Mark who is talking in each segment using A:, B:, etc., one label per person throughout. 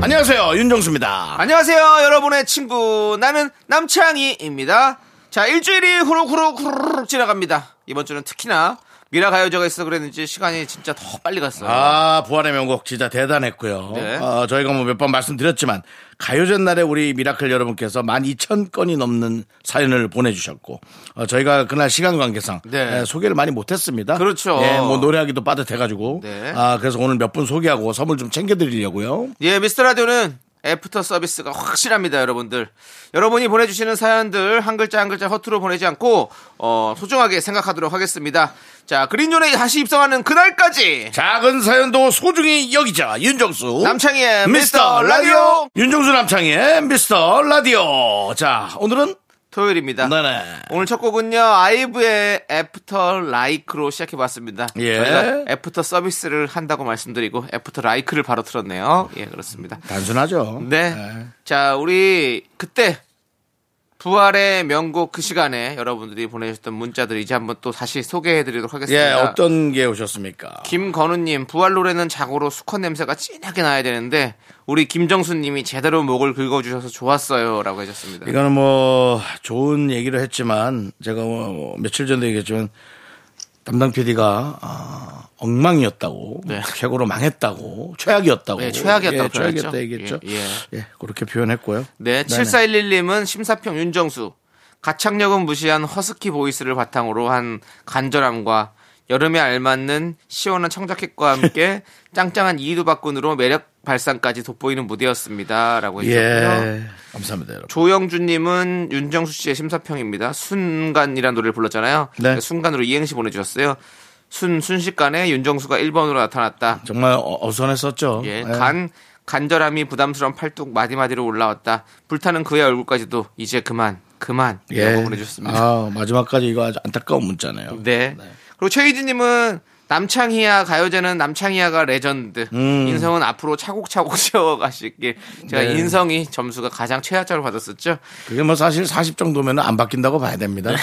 A: 안녕하세요
B: 아,
A: 윤정수입니다.
B: 안녕하세요, 여러분의 친구. 나는 남창희입니다. 자, 일주일이 후룩후룩 후룩 지나갑니다. 이번 주는 특히나 미라 가요제가 있어 그랬는지 시간이 진짜 더 빨리 갔어요.
A: 아 부활의 명곡 진짜 대단했고요.
B: 네.
A: 어, 저희가 뭐 몇 번 말씀드렸지만 가요전 날에 우리 미라클 여러분께서 12,000건이 넘는 사연을 보내주셨고 어, 저희가 그날 시간 관계상
B: 네.
A: 예, 소개를 많이 못했습니다.
B: 그렇죠.
A: 예, 뭐 노래하기도 빠듯해가지고
B: 네.
A: 아 그래서 오늘 몇 분 소개하고 선물 좀 챙겨드리려고요.
B: 예, 미스터 라디오는 애프터 서비스가 확실합니다, 여러분들. 여러분이 보내주시는 사연들 한 글자 한 글자 허투루 보내지 않고 어, 소중하게 생각하도록 하겠습니다. 자, 그린존에 다시 입성하는 그날까지
A: 작은 사연도 소중히 여기자 윤정수
B: 남창희의 미스터 라디오
A: 윤정수 남창희의 미스터 라디오 자 오늘은
B: 토요일입니다.
A: 네네
B: 오늘 첫 곡은요 아이브의 애프터 라이크로 시작해봤습니다.
A: 예.
B: 저희가 애프터 서비스를 한다고 말씀드리고 애프터 라이크를 바로 틀었네요. 예 그렇습니다.
A: 단순하죠.
B: 네.
A: 예.
B: 자 우리 그때 부활의 명곡 그 시간에 여러분들이 보내주셨던 문자들 이제 한번 또 다시 소개해드리도록 하겠습니다.
A: 예, 어떤 게 오셨습니까?
B: 김건우님 부활 노래는 자고로 수컷 냄새가 진하게 나야 되는데 우리 김정수님이 제대로 목을 긁어주셔서 좋았어요라고 해주셨습니다.
A: 이거는 뭐 좋은 얘기를 했지만 제가 뭐 며칠 전에 얘기했지만 담당 PD가 아, 엉망이었다고
B: 네.
A: 최고로 망했다고 최악이었다고
B: 네, 최악이었다고
A: 예, 최악이었다
B: 표현했죠.
A: 얘기했죠.
B: 예,
A: 예,
B: 예.
A: 그렇게 표현했고요. 네네.
B: 네, 7411님은 심사평 윤정수. 가창력은 무시한 허스키 보이스를 바탕으로 한 간절함과 여름에 알맞는 시원한 청자켓과 함께 짱짱한 이두 박군으로 매력 발산까지 돋보이는 무대였습니다. 라고 해주셨고요.
A: 예, 감사합니다, 여러분.
B: 조영주님은 윤정수 씨의 심사평입니다. 순간이라는 노래를 불렀잖아요.
A: 네.
B: 순간으로 이행시 보내주셨어요. 순, 순식간에 윤정수가 1번으로 나타났다.
A: 정말 어- 어수선했었죠. 네.
B: 예, 간 간절함이 부담스러운 팔뚝 마디마디로 올라왔다. 불타는 그의 얼굴까지도 이제 그만 그만 이라고 보내주셨습니다.
A: 예. 아, 마지막까지 이거 아주 안타까운 문자네요.
B: 네. 그리고 최희진님은 남창희야 가요제는 남창희야가 레전드. 인성은 앞으로 차곡차곡 채워가시길. 제가
A: 음. 네.
B: 인성이 점수가 가장 최하점을 받았었죠.
A: 그게 뭐 사실 40 정도면 안 바뀐다고 봐야 됩니다.
B: 네.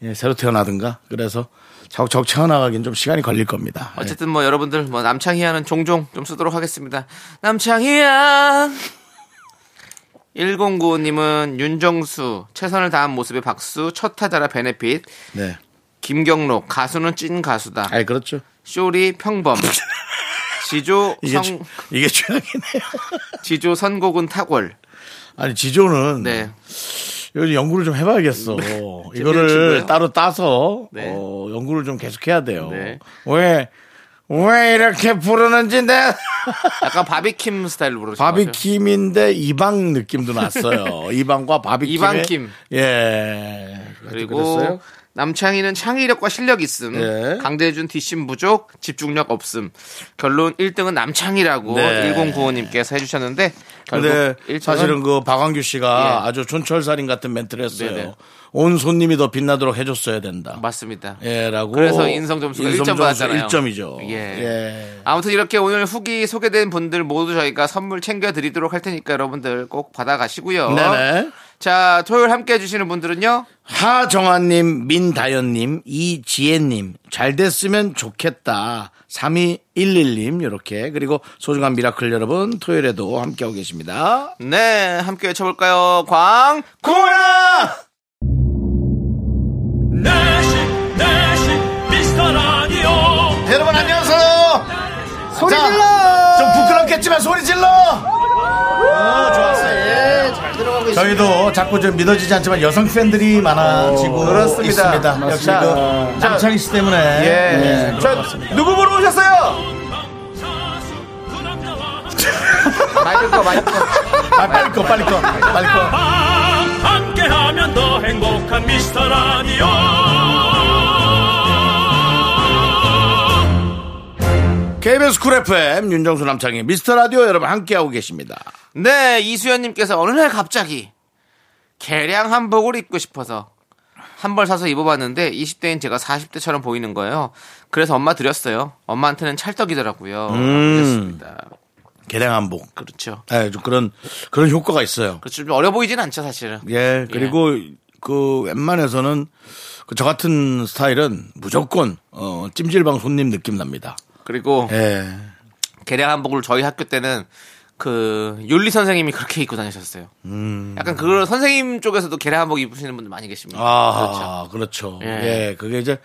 A: 예, 새로 태어나든가. 그래서 차곡차곡 채워나가긴 좀 시간이 걸릴 겁니다. 예.
B: 어쨌든 뭐 여러분들 뭐 남창희야는 종종 좀 쓰도록 하겠습니다. 남창희야. 1095님은 윤정수 최선을 다한 모습의 박수 첫 타자라 베네핏
A: 네.
B: 김경록 가수는 찐 가수다.
A: 아이, 그렇죠.
B: 쇼리 평범. 지조
A: 이게,
B: 성
A: 최- 이게 최악이네요.
B: 지조 선곡은 탁월.
A: 아니, 지조는.
B: 네.
A: 이거 연구를 좀 해봐야겠어.
B: 친구예요?
A: 이거를 따로 따서.
B: 네.
A: 어, 연구를 좀 계속 해야 돼요.
B: 네.
A: 왜, 왜 이렇게 부르는지 내
B: 약간 바비킴 스타일로 부르죠.
A: 바비킴인데 이방 느낌도 났어요. 이방과 바비킴.
B: 이방킴.
A: 예.
B: 그리고
A: 그랬어요?
B: 남창희는 창의력과 실력 있음.
A: 예.
B: 강대준 뒷심 부족, 집중력 없음. 결론 1등은 남창희라고
A: 네.
B: 1095님께서 해주셨는데 결국
A: 근데
B: 1등은
A: 사실은 그 박광규 씨가
B: 예.
A: 아주 촌철살인 같은 멘트를 했어요.
B: 네네.
A: 온 손님이 더 빛나도록 해줬어야 된다.
B: 맞습니다.
A: 예라고.
B: 그래서 인성 점수가
A: 인성
B: 1점
A: 점수
B: 받았잖아요.
A: 1점이죠.
B: 예.
A: 예.
B: 아무튼 이렇게 오늘 후기 소개된 분들 모두 저희가 선물 챙겨드리도록 할 테니까 여러분들 꼭 받아가시고요.
A: 네네.
B: 자, 토요일 함께 해주시는 분들은요.
A: 하정아님, 민다연님, 이지혜님, 잘 됐으면 좋겠다. 3211님, 이렇게. 그리고 소중한 미라클 여러분, 토요일에도 함께하고 계십니다.
B: 네, 함께 외쳐볼까요? 광, 고라!
C: 내시 내시 미스터 라디오
A: 네, 여러분, 안녕하세요. 소리 질러! 좀 부끄럽겠지만 소리 질러! 아, 좋았어요. 예. 저희도 자꾸 좀 믿어지지 않지만 여성 팬들이 많아지고
B: 어, 그렇습니다.
A: 있습니다. 역시
B: 맞습니다.
A: 그 남창희 씨 때문에
B: 예.
A: 네,
B: 저, 누구 보러 오셨어요? 마이크 꺼, 마이크 꺼.
A: 아, 빨리 꺼, 빨리 꺼, 빨리 꺼.
C: 함께하면 더 행복한 미스터 라디오
A: KBS 쿨 FM 윤정수 남창희 미스터 라디오 여러분 함께하고 계십니다.
B: 네, 이수연님께서 어느 날 갑자기 개량 한복을 입고 싶어서 한 벌 사서 입어봤는데 20대인 제가 40대처럼 보이는 거예요. 그래서 엄마 드렸어요. 엄마한테는 찰떡이더라고요. 그렇습니다.
A: 개량 한복.
B: 그렇죠.
A: 네, 좀 그런 그런 효과가 있어요.
B: 그렇죠. 좀 어려 보이진 않죠, 사실은.
A: 예, 그리고 그 웬만해서는 그저 같은 스타일은 무조건 어, 찜질방 손님 느낌 납니다.
B: 그리고
A: 예.
B: 개량 한복을 저희 학교 때는 그 윤리 선생님이 그렇게 입고 다니셨어요.
A: 음.
B: 약간 그 선생님 쪽에서도 개량 한복 입으시는 분들 많이 계십니다.
A: 아, 그렇죠. 예.
B: 예.
A: 그게 이제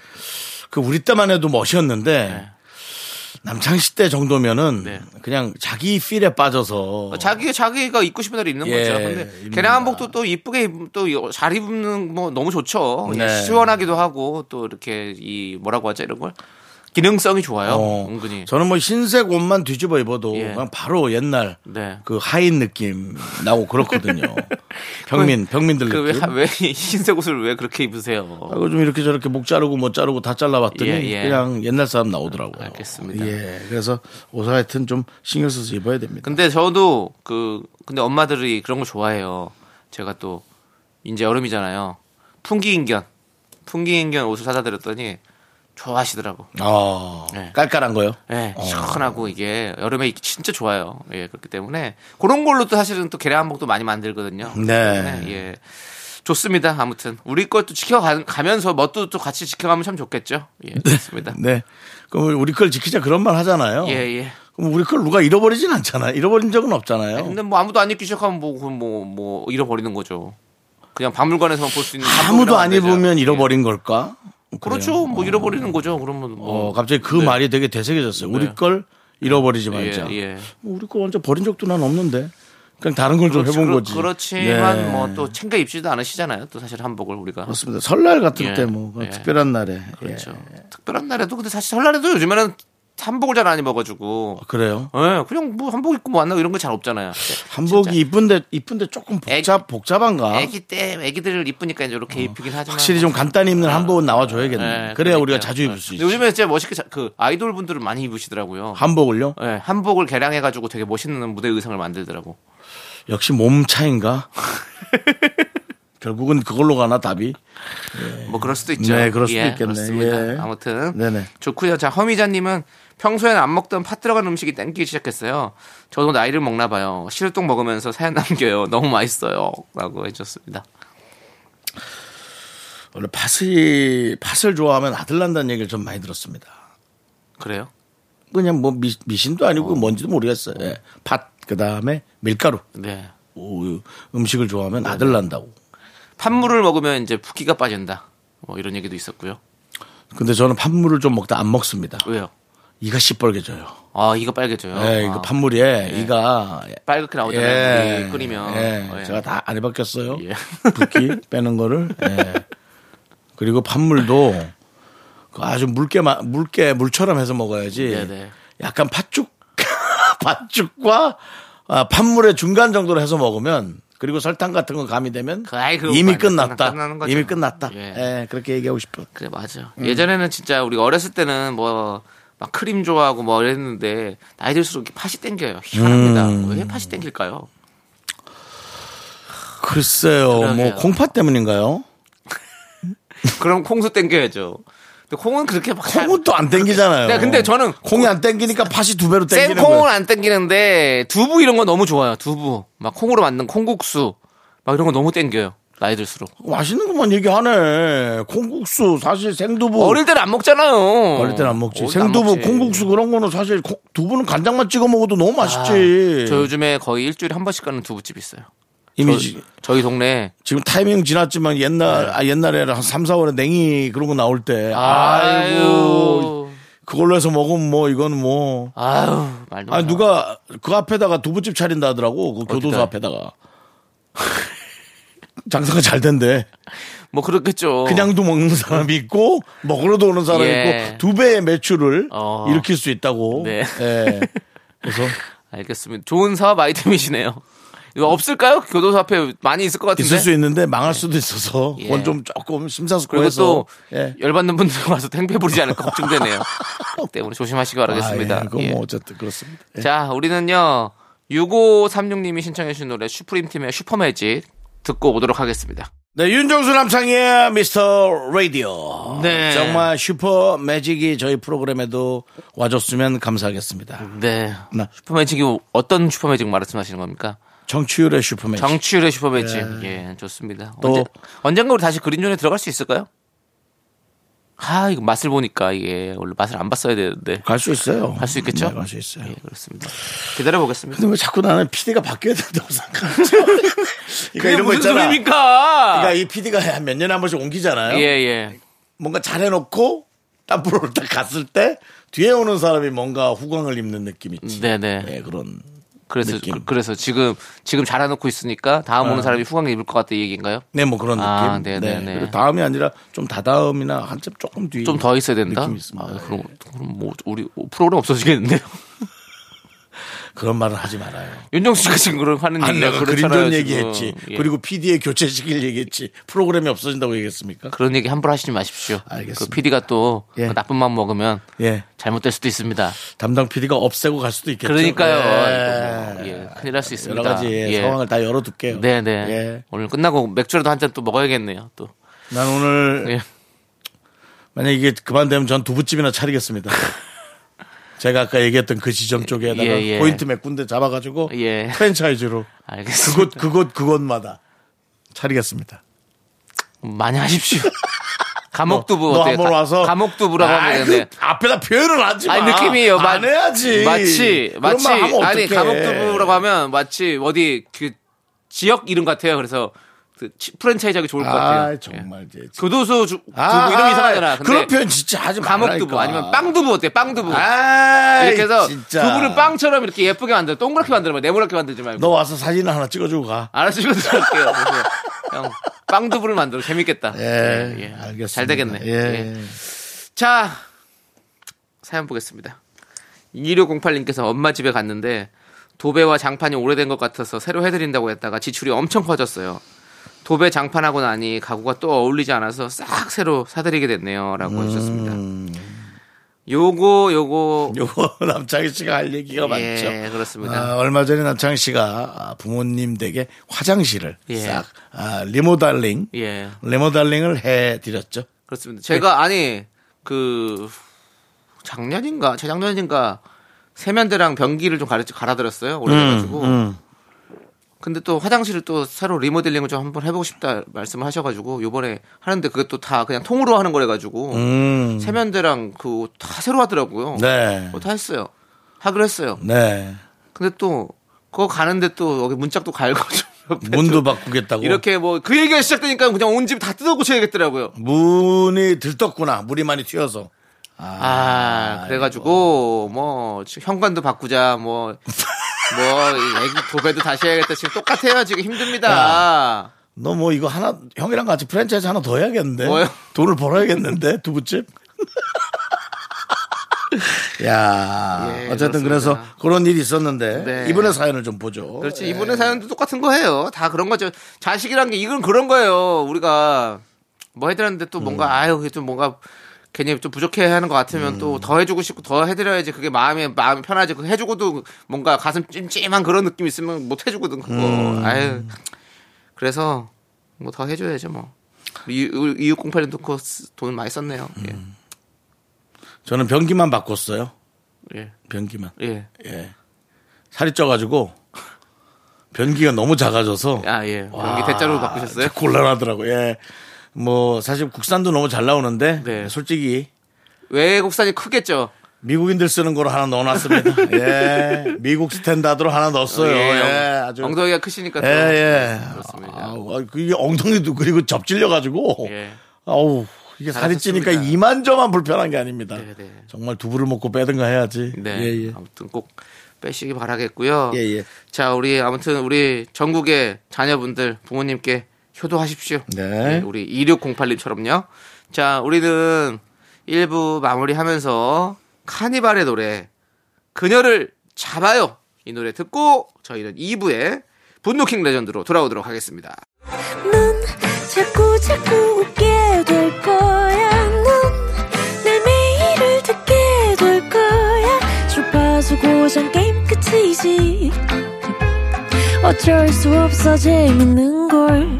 A: 그 우리 때만 해도 멋이었는데 남창시 때 정도면은
B: 네.
A: 그냥 자기 필에 빠져서
B: 어, 자기 자기가 입고 싶은 대로 입는
A: 예,
B: 거죠. 근데
A: 입는다.
B: 개량 한복도 또 이쁘게 또 잘 입는 뭐 너무 좋죠. 예,
A: 네.
B: 시원하기도 하고 또 이렇게 이 뭐라고 하죠 이런 걸 기능성이 좋아요.
A: 어,
B: 은근히.
A: 저는 뭐 흰색 옷만 뒤집어 입어도
B: 예.
A: 그냥 바로 옛날
B: 네.
A: 그 하인 느낌 나고 그렇거든요. 평민 병민들
B: 그왜
A: 느낌.
B: 왜 흰색 옷을 왜 그렇게 입으세요?
A: 아, 그좀 이렇게 저렇게 목 자르고 못 자르고 다 잘라봤더니
B: 예, 예.
A: 그냥 옛날 사람 나오더라고요.
B: 알겠습니다.
A: 예, 그래서 옷 하여튼 좀 신경 써서 입어야 됩니다.
B: 근데 저도 그 근데 엄마들이 그런 거 좋아해요. 제가 또 이제 여름이잖아요. 풍기인견 풍기인견 옷을 사다 드렸더니 좋아하시더라고.
A: 아,
B: 네.
A: 깔깔한 거요?
B: 예, 시원하고 이게 여름에 입기 진짜 좋아요. 예, 그렇기 때문에 그런 걸로 또 사실은 또 계량 한복도 많이 만들거든요.
A: 네.
B: 때문에 예. 좋습니다. 아무튼 우리 것도 지켜가면서 멋도 또 같이 지켜가면 참 좋겠죠. 예, 좋습니다.
A: 네. 그럼 우리 걸 지키자 그런 말 하잖아요.
B: 예, 예.
A: 그럼 우리 걸 누가 잃어버리진 않잖아요. 잃어버린 적은 없잖아요.
B: 근데 뭐 아무도 안 입기 시작하면 뭐뭐 뭐, 뭐 잃어버리는 거죠. 그냥 박물관에서만 볼 수 있는
A: 아무도
B: 한복이라고
A: 안
B: 되죠.
A: 입으면
B: 뭐 예.
A: 잃어버린 걸까?
B: 그렇죠. 뭐 잃어버리는 거죠. 그러면 뭐
A: 어, 갑자기 그 말이 되게 되새겨졌어요. 우리
B: 네.
A: 걸 잃어버리지 말자.
B: 예, 예.
A: 뭐 우리 걸 먼저 버린 적도 난 없는데 그냥 다른 걸 좀
B: 그렇지,
A: 해본
B: 그렇-
A: 거지.
B: 그렇지만
A: 네.
B: 뭐 또 챙겨 입지도 않으시잖아요. 또 사실 한복을 우리가
A: 그렇습니다. 설날 같은
B: 예,
A: 때 뭐
B: 예.
A: 특별한 날에
B: 그렇죠. 특별한 날에도 근데 사실 설날에도 요즘에는 한복을 잘 안 입어가지고
A: 예. 그래요.
B: 예, 그냥 뭐 한복 입고 만나고 이런 거 잘 없잖아요.
A: 한복이
B: 진짜
A: 이쁜데 이쁜데 조금 복잡 복잡한가? 어,
B: 애기 뭐 때 애기들 이쁘니까 이제 이렇게 입히긴 하지만
A: 확실히 좀 간단히 입는 한복은 나와줘야겠네.
B: 예,
A: 그래야
B: 아, 그러니까요.
A: 우리가 자주 입을 수
B: 근데
A: 있지.
B: 요즘에 진짜 멋있게 자- 그 아이돌 분들은 많이 입으시더라고요.
A: 한복을요?
B: 예, 한복을 개량해가지고 되게 멋있는 무대 의상을 만들더라고.
A: 역시 몸 차인가? 결국은 그걸로 가나 답이?
B: 뭐 그럴 수도 있죠.
A: 네, 그럴 수도
B: 예,
A: 있겠네.
B: 그렇습니다.
A: 예.
B: 아무튼
A: 네네.
B: 좋고요. 자, 허미자님은 평소에는 안 먹던 팥 들어간 음식이 땡기기 시작했어요. 저도 나이를 먹나 봐요. 시루떡 먹으면서 사연 남겨요. 너무 맛있어요.라고 해줬습니다.
A: 원래 팥이 팥을 좋아하면 아들 난다는 얘기를 좀 많이 들었습니다.
B: 그래요?
A: 그냥 뭐 미, 미신도 아니고 뭔지도 모르겠어요. 예. 팥 그다음에 밀가루
B: 네.
A: 우유, 음식을 좋아하면 아들 난다고.
B: 팥물을 먹으면 이제 붓기가 빠진다. 뭐 이런 얘기도 있었고요.
A: 근데 저는 팥물을 좀 먹다 안 먹습니다.
B: 왜요?
A: 이가 시뻘개져요.
B: 아, 이거 빨개져요.
A: 예,
B: 아,
A: 이거 팥물에 이가
B: 빨갛게 나오잖아요. 물이 끓이면.
A: 예,
B: 예.
A: 제가 다 안 해봤겠어요.
B: 예.
A: 붓기 빼는 거를. 예. 그리고 팥물도 그 아주 묽게 마- 묽게 물처럼 해서 먹어야지.
B: 네네.
A: 약간 팥죽 팥죽과 아, 팥물의 중간 정도로 해서 먹으면 그리고 설탕 같은 거 가미되면
B: 그, 아이, 그거
A: 이미
B: 말이야.
A: 끝났다.
B: 끝나는 거죠.
A: 이미 끝났다. 예.
B: 예.
A: 그렇게 얘기하고 싶어.
B: 그래 맞아.
A: 음.
B: 예전에는 진짜 우리가 어렸을 때는 뭐 막 크림 좋아하고 뭐 이랬는데 나이 들수록 이렇게 팥이 땡겨요. 희한합니다.
A: 음.
B: 왜 팥이 땡길까요?
A: 글쎄요, 뭐
B: 그러게요.
A: 콩팥 때문인가요?
B: 그럼 콩수 땡겨야죠. 근데 콩은 그렇게 막 잘-
A: 콩은 또 안 땡기잖아요.
B: 네, 근데 저는
A: 콩이 안 땡기니까 팥이 두 배로 땡기는 거예요.
B: 생콩은 안 땡기는데 두부 이런 거 너무 좋아요. 두부 막 콩으로 만든 콩국수 막 이런 거 너무 땡겨요. 나이 들수록
A: 맛있는 것만 얘기하네. 콩국수 사실 생두부
B: 어릴 때는 안 먹잖아요.
A: 어릴 때는 안 먹지.
B: 어릴 때는 안
A: 생두부
B: 먹지.
A: 콩국수 그런 거는 사실 콩- 두부는 간장만 찍어 먹어도 너무 맛있지.
B: 아, 저 요즘에 거의 일주일에 한 번씩 가는 두부집 있어요.
A: 이미
B: 저, 저희 동네
A: 지금 타이밍 지났지만 옛날
B: 네.
A: 아, 옛날에 한 3, 4월에 냉이 그런 거 나올 때 아이고
B: 아유
A: 그걸로 해서 먹으면 뭐 이건 뭐
B: 아유 말도
A: 아
B: 마.
A: 누가 그 앞에다가 두부집 차린다 하더라고 그 교도소 앞에다가 장사가 잘 된대.
B: 뭐 그렇겠죠.
A: 그냥도 먹는 사람이 있고 어. 먹으러도 오는 사람이
B: 예.
A: 있고 두 배의 매출을
B: 어.
A: 일으킬 수 있다고.
B: 네.
A: 예. 그래서
B: 알겠습니다. 좋은 사업 아이템이시네요. 이거 없을까요? 교도소 앞에 많이 있을 것 같은데.
A: 있을 수 있는데 망할 수도 있어서
B: 예.
A: 그건 좀 조금
B: 그리고
A: 심사숙고해서
B: 또
A: 예.
B: 열받는 분들 와서 탱패 부리지 않을까 걱정되네요. 때문에 조심하시기 바라겠습니다.
A: 아, 예. 그건
B: 예.
A: 뭐 어쨌든 그렇습니다. 예.
B: 자, 우리는요. 6536님이 신청해 주신 노래 슈프림 팀의 슈퍼매직 듣고 오도록 하겠습니다.
A: 네, 윤정수 남창희의 미스터 라디오.
B: 네.
A: 정말 슈퍼 매직이 저희 프로그램에도 와줬으면 감사하겠습니다.
B: 네.
A: 네.
B: 슈퍼매직이 어떤 슈퍼매직 말씀하시는 겁니까?
A: 정치율의 슈퍼 매직.
B: 정치율의 슈퍼매직. 예, 좋습니다.
A: 또-
B: 언제, 언젠가 우리 다시 그린존에 들어갈 수 있을까요? 아, 이거 맛을 보니까 이게 원래 맛을 안 봤어야 되는데.
A: 갈 수 있어요. 네,
B: 갈 수 있겠죠?
A: 갈 수 있어요.
B: 예, 그렇습니다. 기다려 보겠습니다.
A: 근데 왜 자꾸 나는 PD가 바뀌어야 된다고 생각하죠? 그러니까 이런 거
B: 무슨
A: 있잖아.
B: 소리입니까?
A: 그러니까 이 PD가 몇 년에 한 번씩 옮기잖아요.
B: 예, 예.
A: 뭔가 잘해놓고 딴 프로를 딱 갔을 때 뒤에 오는 사람이 뭔가 후광을 입는 느낌이지.
B: 네, 네.
A: 예, 그런.
B: 그래서
A: 느낌. 아.
B: 그, 래서 지금 지금 잘해놓고 있으니까 다음 오는 사람이 후광을 입을 것 같다 이 얘기인가요?
A: 네, 뭐 그런
B: 아,
A: 느낌.
B: 네, 네, 네.
A: 그리고 다음이 아니라 좀 다다음이나 한참 조금 뒤.
B: 좀 더 있어야 된다.
A: 느낌이 있습니다. 네.
B: 아, 그럼 그럼 뭐 우리 프로그램 없어지겠는데요?
A: 그런 말은 하지 말아요.
B: 윤정수 씨가 지금 그런 하는
A: 아,
B: 얘기가
A: 내가
B: 음, 그렇잖아요.
A: 그린존
B: 지금.
A: 얘기했지.
B: 예.
A: 그리고 PD의 교체시킬 얘기했지. 프로그램이 없어진다고 얘기했습니까?
B: 그런 얘기 함부로 하시지 마십시오.
A: 알겠습니다.
B: 그 PD가 또
A: 예.
B: 그 나쁜 맘 먹으면
A: 예.
B: 잘못될 수도 있습니다.
A: 담당 PD가 없애고 갈 수도 있겠죠.
B: 그러니까요.
A: 예.
B: 예, 큰일 날 수 있습니다.
A: 여러 가지 예,
B: 예.
A: 상황을 다 열어둘게요.
B: 네, 네.
A: 예.
B: 오늘 끝나고 맥주라도 한 잔 또 먹어야겠네요. 또.
A: 난 오늘
B: 예.
A: 만약에 이게 그만되면 전 두부집이나 차리겠습니다. 제가 아까 얘기했던 그 지점 쪽에다가
B: 예, 예.
A: 포인트 몇 군데 잡아가지고
B: 예.
A: 프랜차이즈로
B: 알겠습니다.
A: 그곳 그곳 그곳마다 차리겠습니다.
B: 음, 많이 하십시오. 감옥두부
A: 너
B: 어때요?
A: 한번
B: 가-
A: 와서
B: 감옥두부라고
A: 아이,
B: 하면 되는데.
A: 그 앞에다 표현을 하지 마.
B: 아니 느낌이에요. 마-
A: 안 해야지.
B: 마치
A: 그런 말
B: 마치
A: 하면
B: 아니
A: 어떡해.
B: 감옥두부라고 하면 마치 어디 그 지역 이름 같아요. 그래서 그 치- 프랜차이즈하기 좋을 것 같아요.
A: 아 정말 예.
B: 예. 교도소 주, 두부 이름 이상하잖아. 근데
A: 그런 표현 진짜 하지 마.
B: 감옥두부 아니면 빵두부 어때? 요 빵두부.
A: 아
B: 이렇게 해서
A: 진짜.
B: 두부를 빵처럼 이렇게 예쁘게 만들어 동그랗게 만들어 봐. 네모나게 만들지 말고.
A: 너 와서 사진 하나 찍어주고 가.
B: 알아서 이거 들어갈게요. 그래서 형 빵두부를 만들어 재밌겠다.
A: 예,
B: 예, 예.
A: 알겠습니다.
B: 잘 되겠네.
A: 예.
B: 예. 자 사연 보겠습니다. 2608님께서 엄마 집에 갔는데 도배와 장판이 오래된 것 같아서 새로 해드린다고 했다가 지출이 엄청 커졌어요. 도배 장판하고 나니 가구가 또 어울리지 않아서 싹 새로 사드리게 됐네요라고
A: 음.
B: 하셨습니다. 요거 요거
A: 요거 남창희 씨가 할 얘기가 많죠.
B: 예 그렇습니다.
A: 아, 얼마 전에 남창희 씨가 아, 부모님 댁에 화장실을
B: 예.
A: 싹 아, 리모달링
B: 예
A: 리모달링을 해드렸죠.
B: 그렇습니다. 제가
A: 네.
B: 아니 그 작년인가 재작년인가 세면대랑 변기를 좀 갈아, 갈아들었어요.
A: 음,
B: 오래돼가지고. 근데 또 화장실을 또 새로 리모델링을 좀 한번 해보고 싶다 말씀을 하셔가지고 요번에 하는데 그게 또 다 그냥 통으로 하는 거래가지고
A: 음.
B: 세면대랑 그 다 새로 하더라고요.
A: 네.
B: 뭐다 했어요. 하기로 했어요.
A: 네.
B: 근데 또 그거 가는데 또 여기 문짝도 갈고 좀 옆에
A: 문도
B: 좀
A: 바꾸겠다고.
B: 이렇게 뭐 그 얘기가 시작되니까 그냥 온 집 다 뜯어 고쳐야겠더라고요.
A: 문이 들떴구나. 물이 많이 튀어서.
B: 아, 그래가지고 뭐 지금 현관도 바꾸자 뭐 뭐 애기 도배도 다시 해야겠다 지금 똑같아요 지금 힘듭니다
A: 너 뭐 이거 하나 형이랑 같이 프랜차이즈 하나 더 해야겠는데.
B: 뭐요?
A: 돈을 벌어야겠는데 두부집. 야
B: 예,
A: 어쨌든
B: 그렇습니다.
A: 그래서 그런 일이 있었는데
B: 네.
A: 이번에 사연을 좀 보죠.
B: 그렇지
A: 예.
B: 이분의 사연도 똑같은 거예요 다 그런 거죠 자식이란 게 이건 그런 거예요 우리가 뭐 해드렸는데 또
A: 음.
B: 뭔가 아유 그게 좀 뭔가 괜히 좀 부족해 하는 것 같으면
A: 음.
B: 또 더 해주고 싶고 더 해드려야지 그게 마음이 마음이 편하지 그 해주고도 뭔가 가슴 찜찜한 그런 느낌 있으면 못 해주거든 그거
A: 음.
B: 아유 그래서 뭐 더 해줘야죠 뭐 이육공팔 넣고 쓰- 돈 많이 썼네요 예.
A: 음. 저는 변기만 바꿨어요.
B: 예예
A: 변기만.
B: 예.
A: 예. 살이 쪄가지고 변기가 너무 작아져서 아,
B: 아, 예. 변기 대자로 바꾸셨어요?
A: 곤란하더라고. 예. 뭐 사실 국산도 너무 잘 나오는데
B: 네.
A: 솔직히
B: 외국산이 크겠죠
A: 미국인들 쓰는 거로 하나 넣어놨습니다. 예. 미국 스탠다드로 하나 넣었어요. 예. 아주.
B: 엉덩이가 크시니까 또. 네,
A: 예, 예.
B: 그렇습니다.
A: 아우, 아, 그 이게 엉덩이도 그리고 접질려가지고.
B: 예.
A: 아우, 이게 살이 찌니까
B: 잘하셨습니다.
A: 이만저만 불편한 게 아닙니다.
B: 네, 네.
A: 정말 두부를 먹고 빼든가 해야지.
B: 네.
A: 예, 예.
B: 아무튼 꼭 빼시기 바라겠고요.
A: 예, 예.
B: 자, 우리 아무튼 우리 전국의 자녀분들 부모님께 효도하십시오. 예,
A: 네.
B: 우리 2608님처럼요. 자, 우리는 1부 마무리하면서 카니발의 노래 그녀를 잡아요. 이 노래 듣고 저희는 2부에 분노킹 레전드로 돌아오도록 하겠습니다.
D: 넌 자꾸 자꾸 웃게 될 거야. 넌내 매일을 듣게 될 거야. 주파수 고정 게임 끝이지. 어쩔 수 없어 재밌는 걸.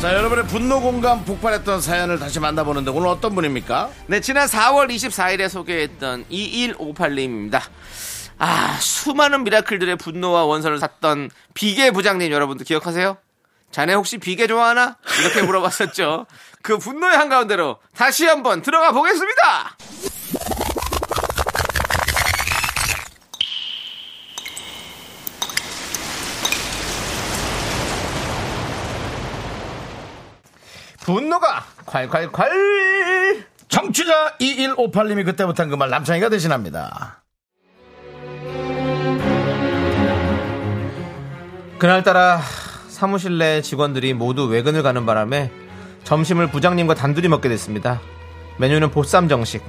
A: 자 여러분의 분노 공감 폭발했던 사연을 다시 만나보는데 오늘 어떤 분입니까?
B: 네, 지난 4월 24일에 소개했던 2158님입니다. 아, 수많은 미라클들의 분노와 원선을 샀던 비계 부장님 여러분들 기억하세요? 자네 혹시 비계 좋아하나? 이렇게 물어봤었죠. 그 분노의 한가운데로 다시 한번 들어가 보겠습니다! 분노가 콸콸콸!
A: 정취자 2158님이 그때 못한 그 말 남창희가 대신합니다
B: 그날따라 사무실 내 직원들이 모두 외근을 가는 바람에 점심을 부장님과 단둘이 먹게 됐습니다. 메뉴는 보쌈 정식.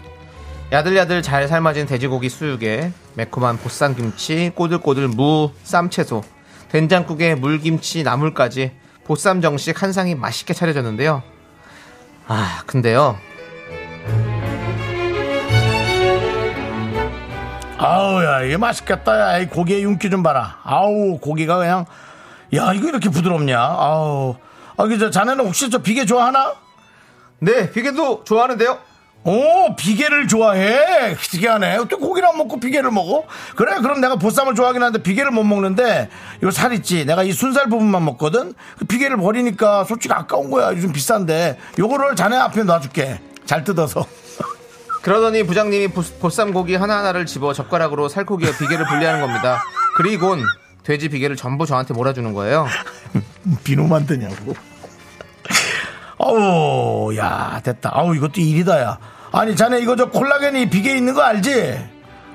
B: 야들야들 잘 삶아진 돼지고기 수육에 매콤한 보쌈 김치, 꼬들꼬들 무, 쌈채소, 된장국에 물김치, 나물까지 보쌈 정식 한 상이 맛있게 차려졌는데요. 아, 근데요.
A: 아우 야 이게 맛있겠다 야 이 고기의 윤기 좀 봐라 아우 고기가 그냥 야 이거 이렇게 부드럽냐 아우 아 이게 저 자네는 혹시 저 비계 좋아하나?
B: 네, 비계도 좋아하는데요.
A: 오 비계를 좋아해 특이하네 어떻게 고기를 안 먹고 비계를 먹어 그래 그럼 내가 보쌈을 좋아하긴 하는데 비계를 못 먹는데 이거 살 있지 내가 이 순살 부분만 먹거든 그 비계를 버리니까 솔직히 아까운 거야 요즘 비싼데 요거를 자네 앞에 놔줄게 잘 뜯어서
B: 그러더니 부장님이 보, 보쌈 고기 하나하나를 집어 젓가락으로 살코기와 비계를 분리하는 겁니다. 그리곤 돼지 비계를 전부 저한테 몰아주는 거예요.
A: 비누 만드냐고. 어우, 야, 됐다. 아우, 이것도 일이다, 야. 아니, 자네 이거 저 콜라겐이 비계에 있는 거 알지?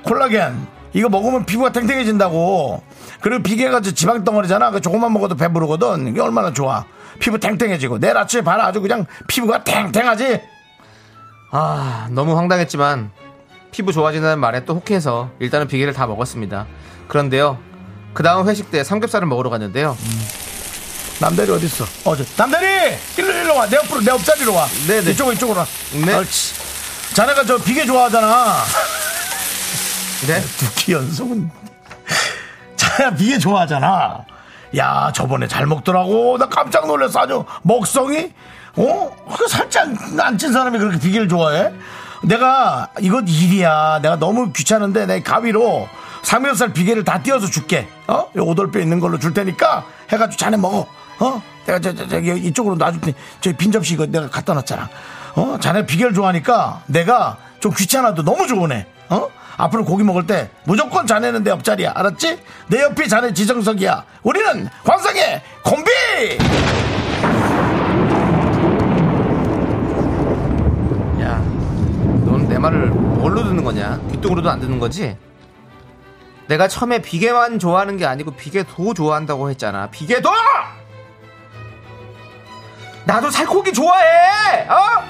A: 콜라겐. 이거 먹으면 피부가 탱탱해진다고. 그리고 비계가 저 지방 덩어리잖아. 그 조금만 먹어도 배부르거든. 이게 얼마나 좋아. 피부 탱탱해지고. 내일 아침에 봐라. 아주 그냥 피부가 탱탱하지?
B: 아, 너무 황당했지만 피부 좋아진다는 말에 또 혹해서 일단은 비계를 다 먹었습니다. 그런데요. 그 다음 회식 때 삼겹살을 먹으러 갔는데요.
A: 남대리 어딨어? 어, 저, 남대리! 일로, 일로 와. 내 옆으로, 내 옆자리로 와.
B: 네네.
A: 이쪽으로, 이쪽으로 와.
B: 네.
A: 옳지. 자네가 저 비계 좋아하잖아.
B: 네?
A: 두 끼 연속은 자야 비에 좋아하잖아. 야 저번에 잘 먹더라고. 나 깜짝 놀랐어 아주 먹성이. 어? 그 살짝 안 찐 사람이 그렇게 비계를 좋아해? 내가 이것 일이야. 내가 너무 귀찮은데 내 가위로 삼겹살 비계를 다 띄어서 줄게. 어? 요 오돌뼈 있는 걸로 줄 테니까 해가지고 자네 먹어. 어? 내가 저, 저, 저 이쪽으로 놔줄 테니 저기 빈 접시 이거 내가 갖다 놨잖아. 어? 자네 비계를 좋아하니까 내가 좀 귀찮아도 너무 좋으네. 어? 앞으로 고기 먹을 때 무조건 자네는 내 옆자리야. 알았지? 내 옆이 자네 지정석이야. 우리는 환상의 콤비!
B: 야, 넌 내 말을 뭘로 듣는 거냐? 귀뚱으로도 안 듣는 거지? 내가 처음에 비계만 좋아하는 게 아니고 비계도 좋아한다고 했잖아. 비계도! 나도 살코기 좋아해! 어?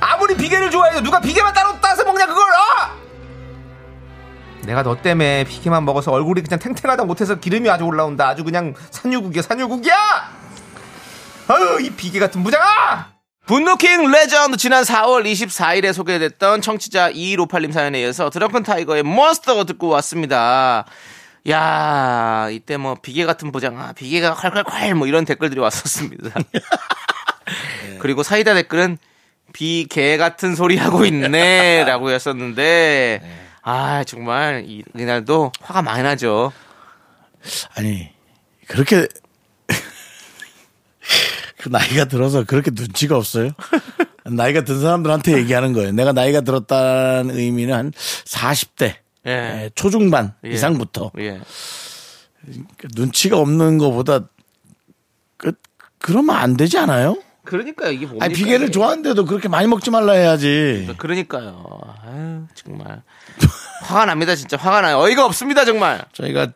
B: 아무리 비계를 좋아해도 누가 비계만 따로 따서 먹냐, 그걸! 어? 내가 너 때문에 비계만 먹어서 얼굴이 그냥 탱탱하다 못해서 기름이 아주 올라온다. 아주 그냥 산유국이야, 산유국이야! 아유, 이 비계 같은 부장아! 분노킹 레전드 지난 4월 24일에 소개됐던 청취자 2158님 사연에 이어서 드렁큰 타이거의 몬스터 듣고 왔습니다. 야 이때 뭐 비계 같은 보장아 비계가 콸콸콸 뭐 이런 댓글들이 왔었습니다. 예. 그리고 사이다 댓글은 비개 같은 소리 하고 있네라고 했었는데 아 정말 이- 이날도 화가 많이 나죠.
A: 아니, 그렇게. 그 나이가 들어서 그렇게 눈치가 없어요? 나이가 든 사람들한테 얘기하는 거예요. 내가 나이가 들었다는 의미는 한 40대.
B: 예.
A: 예, 초중반
B: 예.
A: 이상부터
B: 예.
A: 눈치가 없는 것보다 그, 그러면 안 되지 않아요?
B: 그러니까요 이게 뭡니까?
A: 아니 비계를
B: 이게.
A: 좋아하는데도 그렇게 많이 먹지 말라 해야지.
B: 그렇죠. 그러니까요. 아유, 정말 화가 납니다. 진짜 화가 나요. 어이가 없습니다. 정말.
A: 저희가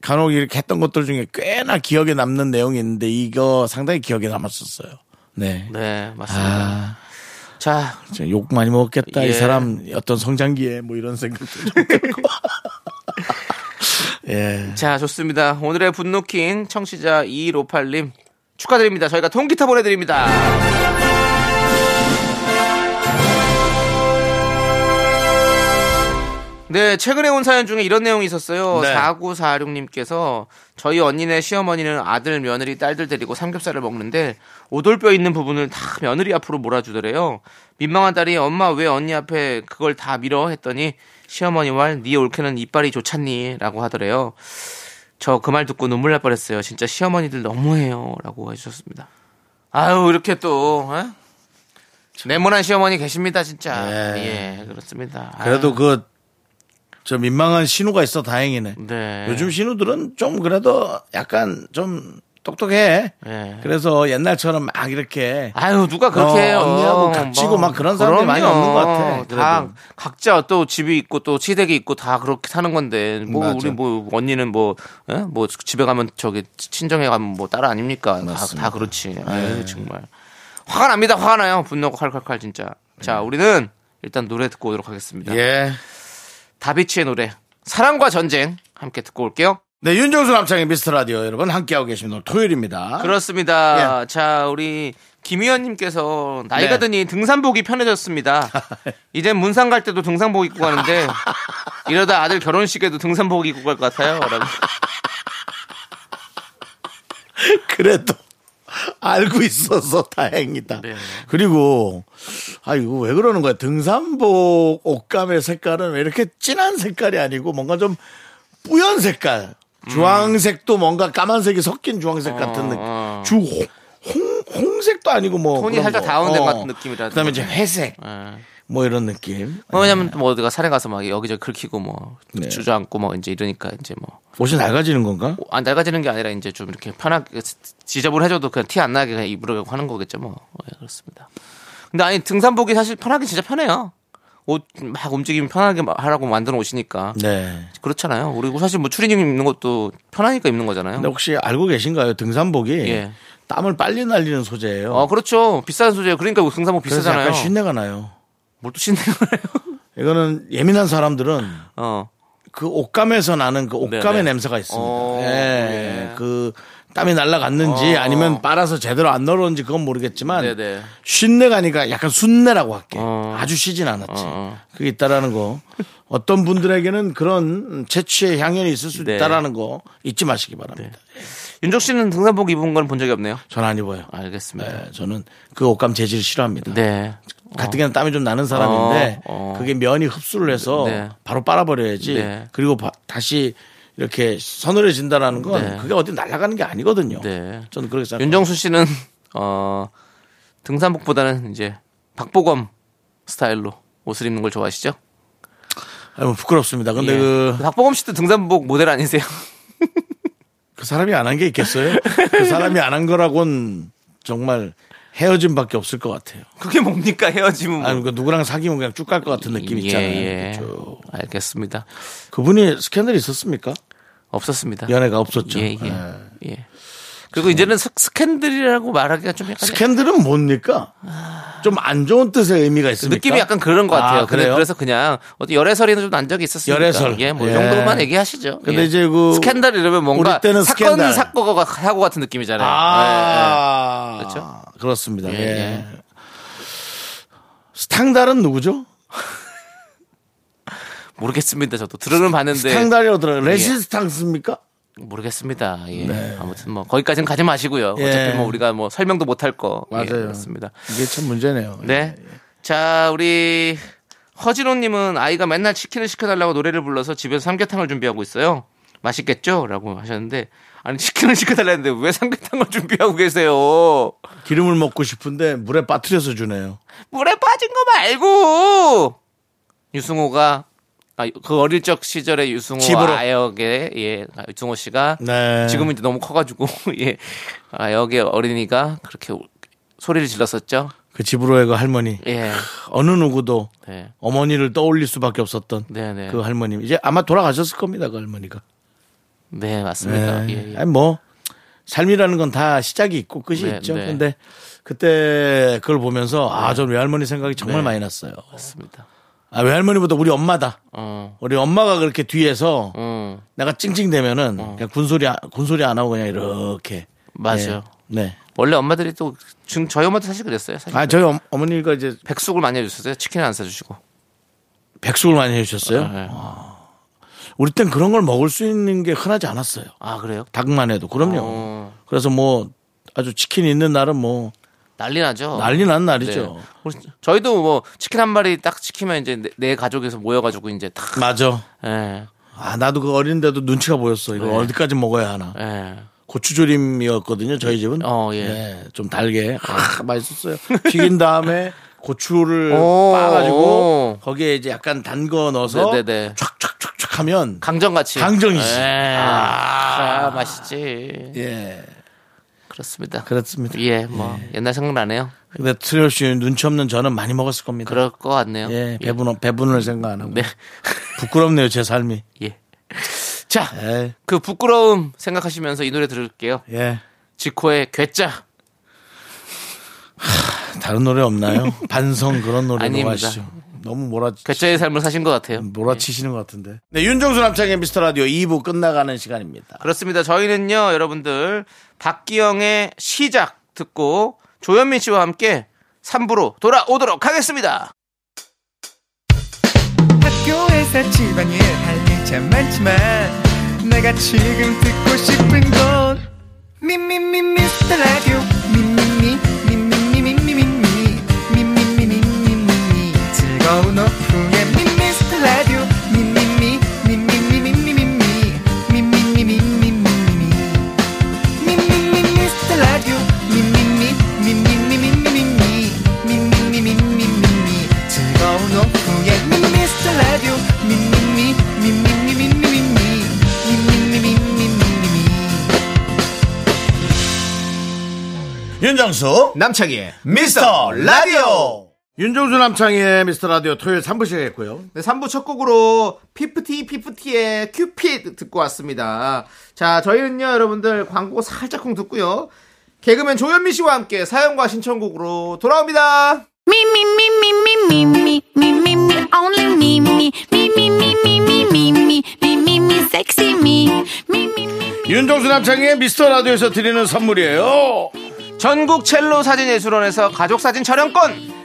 A: 간혹 이렇게 했던 것들 중에 꽤나 기억에 남는 내용이 있는데 이거 상당히 기억에 남았었어요. 네.
B: 네, 맞습니다.
A: 아,
B: 자,
A: 진짜 욕 많이 먹었겠다.
B: 예.
A: 이 사람 어떤 성장기에 뭐 이런 생각도 좀 들고. 예.
B: 자, 좋습니다. 오늘의 분노킹 청취자 2158님 축하드립니다. 저희가 통기타 보내드립니다. 네, 최근에 온 사연 중에 이런 내용이 있었어요.
A: 네.
B: 4946님께서 저희 언니네 시어머니는 아들, 며느리, 딸들 데리고 삼겹살을 먹는데 오돌뼈 있는 부분을 다 며느리 앞으로 몰아주더래요. 민망한 딸이 엄마 왜 언니 앞에 그걸 다 밀어? 했더니 시어머니 말네 올케는 이빨이 좋잖니? 라고 하더래요. 저 그 말 듣고 눈물 날 뻔했어요. 진짜 시어머니들 너무해요. 라고 해주셨습니다. 아유, 이렇게 또, 에? 네모난 시어머니 계십니다, 진짜.
A: 네.
B: 예, 그렇습니다. 아유.
A: 그래도 그 저 민망한 신호가 있어 다행이네.
B: 네.
A: 요즘 신우들은 좀 그래도 약간 좀 똑똑해.
B: 예.
A: 그래서 옛날처럼 막 이렇게
B: 아유 누가 그렇게
A: 어,
B: 해요? 뭐.
A: 언니하고 겹치고 막 그런 사람들이 많이
B: 그럼요.
A: 없는 것 같아, 그래도.
B: 다 각자 또 집이 있고 또 시댁이 있고 다 그렇게 사는 건데 뭐
A: 맞아.
B: 우리 뭐 언니는 뭐 예? 뭐 집에 가면 저기 친정에 가면 뭐 딸 아닙니까? 다, 다 그렇지.
A: 네.
B: 아유 정말 화가 납니다. 화가 나요. 분노가 칼칼칼 진짜. 자 우리는 일단 노래 듣고 오도록 하겠습니다.
A: 네. 예.
B: 다비치의 노래 사랑과 전쟁 함께 듣고 올게요.
A: 네, 윤정수 남창의 미스터 라디오 여러분 함께하고 계십니다. 오늘 토요일입니다.
B: 아, 그렇습니다. 자, 우리 김희원님께서 나이가
A: 예. 네.
B: 드니 등산복이 편해졌습니다. 이제 문상 갈 때도 등산복 입고 가는데 이러다 아들 결혼식에도 등산복 입고 갈 것 같아요. 라고.
A: 그래도 알고 있어서 다행이다.
B: 네.
A: 그리고 아 이거 왜 그러는 거야? 등산복 옷감의 색깔은 왜 이렇게 진한 색깔이 아니고 뭔가 좀 뿌연 색깔, 주황색도 뭔가 까만색이 섞인 주황색 같은 느낌.
B: 음. 어.
A: 주 홍, 홍- 홍색도 아니고 뭐
B: 톤이
A: 그런
B: 살짝
A: 거.
B: 다운된 같은 느낌이라든가.
A: 그다음에 이제 회색
B: 예.
A: 뭐 이런 느낌.
B: 왜냐면 뭐 어디가 산에 가서 막 여기저기 긁히고 뭐
A: 네.
B: 주저앉고 막 이제 이러니까 이제 뭐
A: 옷이 낡아지는 건가?
B: 안 낡아지는 게 아니라 이제 좀 이렇게 편하게 지저분해져도 그냥 티 안 나게 그냥 입으려고 하는 거겠죠 뭐 예, 그렇습니다. 근데 아니 등산복이 사실 편하게 진짜 편해요. 옷 막 움직이면 편하게 막 하라고 만드는 옷이니까
A: 네.
B: 그렇잖아요. 우리 사실 뭐 추리닝 입는 것도 편하니까 입는 거잖아요.
A: 근데 혹시 알고 계신가요? 등산복이
B: 예.
A: 땀을 빨리 날리는 소재예요.
B: 어 그렇죠. 비싼 소재예요. 그러니까 등산복
A: 그래서
B: 비싸잖아요.
A: 약간 신내가 나요.
B: 뭘또 신내요?
A: 이거는 예민한 사람들은
B: 어.
A: 그 옷감에서 나는 그 옷감의
B: 네네.
A: 냄새가 있습니다.
B: 어,
A: 예.
B: 예.
A: 그 땀이 날라갔는지
B: 어.
A: 아니면 빨아서 제대로 안 널었는지 그건 모르겠지만
B: 네네.
A: 쉰내가니까 약간 순내라고 할게.
B: 어.
A: 아주 쉬진 않았지.
B: 어.
A: 그게 있다라는 거. 어떤 분들에게는 그런 채취의 향연이 있을 수
B: 네.
A: 있다라는 거 잊지 마시기 바랍니다.
B: 윤종 씨는 등산복 입은 건 본 적이 없네요.
A: 저는 안 입어요.
B: 알겠습니다.
A: 예, 저는 그 옷감 재질 싫어합니다.
B: 네.
A: 가뜩이나 땀이 좀 나는 사람인데
B: 어, 어.
A: 그게 면이 흡수를 해서
B: 네.
A: 바로 빨아버려야지
B: 네.
A: 그리고 바- 다시 이렇게 서늘해진다라는 건
B: 네.
A: 그게 어디 날아가는 게 아니거든요.
B: 네.
A: 저는 그렇게 생각합니다.
B: 윤정수 씨는 어 등산복보다는 이제 박보검 스타일로 옷을 입는 걸 좋아하시죠?
A: 아유, 부끄럽습니다. 근데
B: 예.
A: 그,
B: 박보검 씨도 등산복 모델 아니세요?
A: 그 사람이 안 한 게 있겠어요? 그 사람이 안 한 거라곤 정말 헤어짐밖에 없을 것 같아요.
B: 그게 뭡니까 헤어짐은? 뭐.
A: 아니 그 누구랑 사귀면 그냥 쭉 갈 것 같은 느낌 있잖아요.
B: 예, 예.
A: 쭉.
B: 알겠습니다.
A: 그분이 스캔들이 있었습니까?
B: 없었습니다.
A: 연애가 없었죠.
B: 예, 예.
A: 예.
B: 예. 그리고 이제는 스- 스캔들이라고 말하기가 좀 약간
A: 스캔들은 뭡니까? 좀 안 좋은 뜻의 의미가 있습니까?
B: 느낌이 약간 그런 것 같아요.
A: 아,
B: 근데
A: 그래요?
B: 그래서 그냥 어떤 열애설이나 좀난 적이 있었어요.
A: 열애설.
B: 예, 뭐 이
A: 예.
B: 정도만 얘기하시죠.
A: 근데
B: 예.
A: 이제 그
B: 스캔들 이러면 뭔가
A: 우리 때는
B: 사건
A: 스캔들.
B: 사고가 사고 같은 느낌이잖아요.
A: 아,
B: 예, 예. 그렇죠?
A: 그렇습니다
B: 예,
A: 예,
B: 예.
A: 스탕달은 누구죠?
B: 모르겠습니다. 저도 들으는 봤는데
A: 스탕달이라고
B: 예.
A: 들어요. 레시스탕스입니까?
B: 모르겠습니다. 예. 아무튼 뭐 거기까지는 가지 마시고요. 어차피
A: 네. 예.
B: 뭐 우리가 뭐 설명도 못할 거. 예,
A: 맞아요.
B: 그렇습니다.
A: 이게 참 문제네요.
B: 네. 자, 우리 허진호님은 아이가 맨날 치킨을 시켜달라고 노래를 불러서 집에서 삼계탕을 준비하고 있어요. 맛있겠죠? 라고 하셨는데, 아니, 치킨을 시켜달라는데 왜 삼계탕을 준비하고 계세요?
A: 기름을 먹고 싶은데 물에 빠뜨려서 주네요.
B: 물에 빠진 거 말고! 유승호가 아, 그 어릴 적 시절의 유승호
A: 집으로.
B: 아역의 예 아, 유승호 씨가
A: 네.
B: 지금은 이제 너무 커가지고 예 아역의 어린이가 그렇게 우- 소리를 질렀었죠.
A: 그 집으로의 그 할머니.
B: 예,
A: 어느 누구도
B: 네,
A: 어머니를 떠올릴 수밖에 없었던
B: 네네.
A: 그 할머님. 이제 아마 돌아가셨을 겁니다, 그 할머니가.
B: 네 맞습니다.
A: 네.
B: 예, 예.
A: 아니 뭐 삶이라는 건 다 시작이 있고 끝이
B: 네,
A: 있죠.
B: 네.
A: 근데 그때 그걸 보면서 아, 전 외할머니 생각이 정말
B: 네.
A: 많이 났어요.
B: 맞습니다.
A: 아, 외할머니보다 우리 엄마다.
B: 어,
A: 우리 엄마가 그렇게 뒤에서
B: 어,
A: 내가 찡찡대면은 그냥 군소리 안- 군소리 안 하고 그냥 이렇게
B: 맞아요.
A: 네. 네.
B: 원래 엄마들이 또 중, 저희 엄마도 사실 그랬어요. 사실
A: 아 저희 엄- 어머니가 이제
B: 백숙을 많이 해주셨어요. 치킨을 안 사주시고.
A: 백숙을 많이 해주셨어요.
B: 예.
A: 우리 땐 그런 걸 먹을 수 있는 게 흔하지 않았어요.
B: 아 그래요?
A: 닭만 해도 그럼요.
B: 어.
A: 그래서 뭐 아주 치킨 있는 날은 뭐
B: 난리 나죠.
A: 난리 난
B: 네.
A: 날이죠.
B: 우리- 저희도 뭐 치킨 한 마리 딱 시키면 이제 내, 내 가족에서 모여가지고 이제 다.
A: 맞아.
B: 예,
A: 아 나도 그 어린데도 눈치가 보였어. 이거
B: 네.
A: 어디까지 먹어야 하나.
B: 예.
A: 고추조림이었거든요. 저희 집은.
B: 어, 예. 음.
A: 네, 좀 달게. 아, 맛있었어요. 튀긴 다음에 고추를
B: 오,
A: 빻아가지고
B: 오.
A: 거기에 이제 약간 단 거 넣어서
B: 네, 네, 네.
A: 촥촥촥촥 하면
B: 강정같이.
A: 강정이지.
B: 예.
A: 아.
B: 아, 맛있지.
A: 예
B: 네. 그렇습니다.
A: 그렇습니다.
B: 예, 뭐 옛날 생각나네요.
A: 근데 트리오 씨 눈치 없는 저는 많이 먹었을 겁니다.
B: 그럴 것 같네요.
A: 예 배분 배분을 생각 안 하고
B: 네.
A: 부끄럽네요 제 삶이.
B: 예.
A: 자, 예.
B: 그 부끄러움 생각하시면서 이 노래 들을게요.
A: 예.
B: 지코의 괴짜.
A: 다른 노래 없나요? 반성 그런 노래
B: 아닙니다.
A: 좋아하시죠. 너무 몰아치
B: 괴짜의 삶을 사신 것 같아요.
A: 몰아치시는 것 같은데. 네, 윤종수 남창의 미스터 라디오 2부 끝나가는 시간입니다.
B: 그렇습니다. 저희는요, 여러분들, 박기영의 시작 듣고 조현민 씨와 함께 3부로 돌아오도록 하겠습니다.
E: 학교에서 집안일 할 일 참 많지만 내가 지금 듣고 싶은 건 미미미 미스터 라디오 미미미 미미미 미미미 미미미 미미미 즐거운 오후에 미스터 라디오 미미미 미미미 미미미 미미미 미미미
F: 윤정수
A: 남창희의
F: 미스터 라디오
A: 윤종수 남창희의 미스터 라디오 토요일 3부 시작했고요.
B: 네, 3부 첫 곡으로 피프티 피프티의 큐핏 듣고 왔습니다. 자, 저희는요, 여러분들 광고 살짝쿵 듣고요. 개그맨 조현민 씨와 함께 사연과 신청곡으로 돌아옵니다.
D: Me, me, me, me, me, me, me, me, me, me, only me, me, me, me, me, me, me, me, me, me, me, me, sexy me, me, me, me.
A: 윤종수 남창희의 미스터 라디오에서 드리는 선물이에요.
B: 전국 첼로 사진예술원에서 가족사진 촬영권!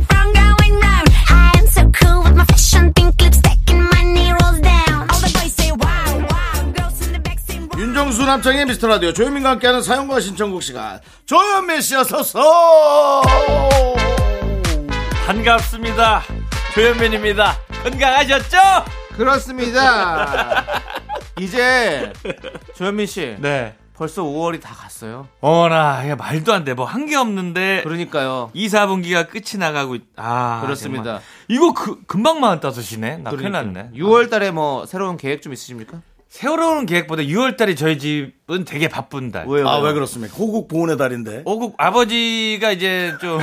D: front going round. I am so cool with my fashion, pink lipstick and my knee rolls down. All the boys say wow, wow. Girls in the back say wow.
A: 윤정수 남창의 미스터 라디오 조현민과 함께하는 사연과 신청곡 시간 조현민 씨 어서 서
G: 반갑습니다. 조현민입니다. 건강하셨죠?
B: 그렇습니다 이제 조현민 씨
G: 네.
B: 벌써 5월이 다 갔어요
G: 어나 야, 말도 안 돼. 뭐 한 게 없는데
B: 그러니까요
G: 2, 4분기가 끝이 나가고 있... 아
B: 그렇습니다.
G: 정말. 이거 그, 금방만 따서시네. 나 큰일
B: 그러니까요.
G: 났네.
B: 6월 달에 뭐 새로운 계획 좀 있으십니까?
G: 세월호는 계획보다 6월 달이 저희 집은 되게 바쁜 달.
B: 왜요?
A: 아왜 그렇습니까 호국 보훈의 달인데
G: 오국 아버지가 이제 좀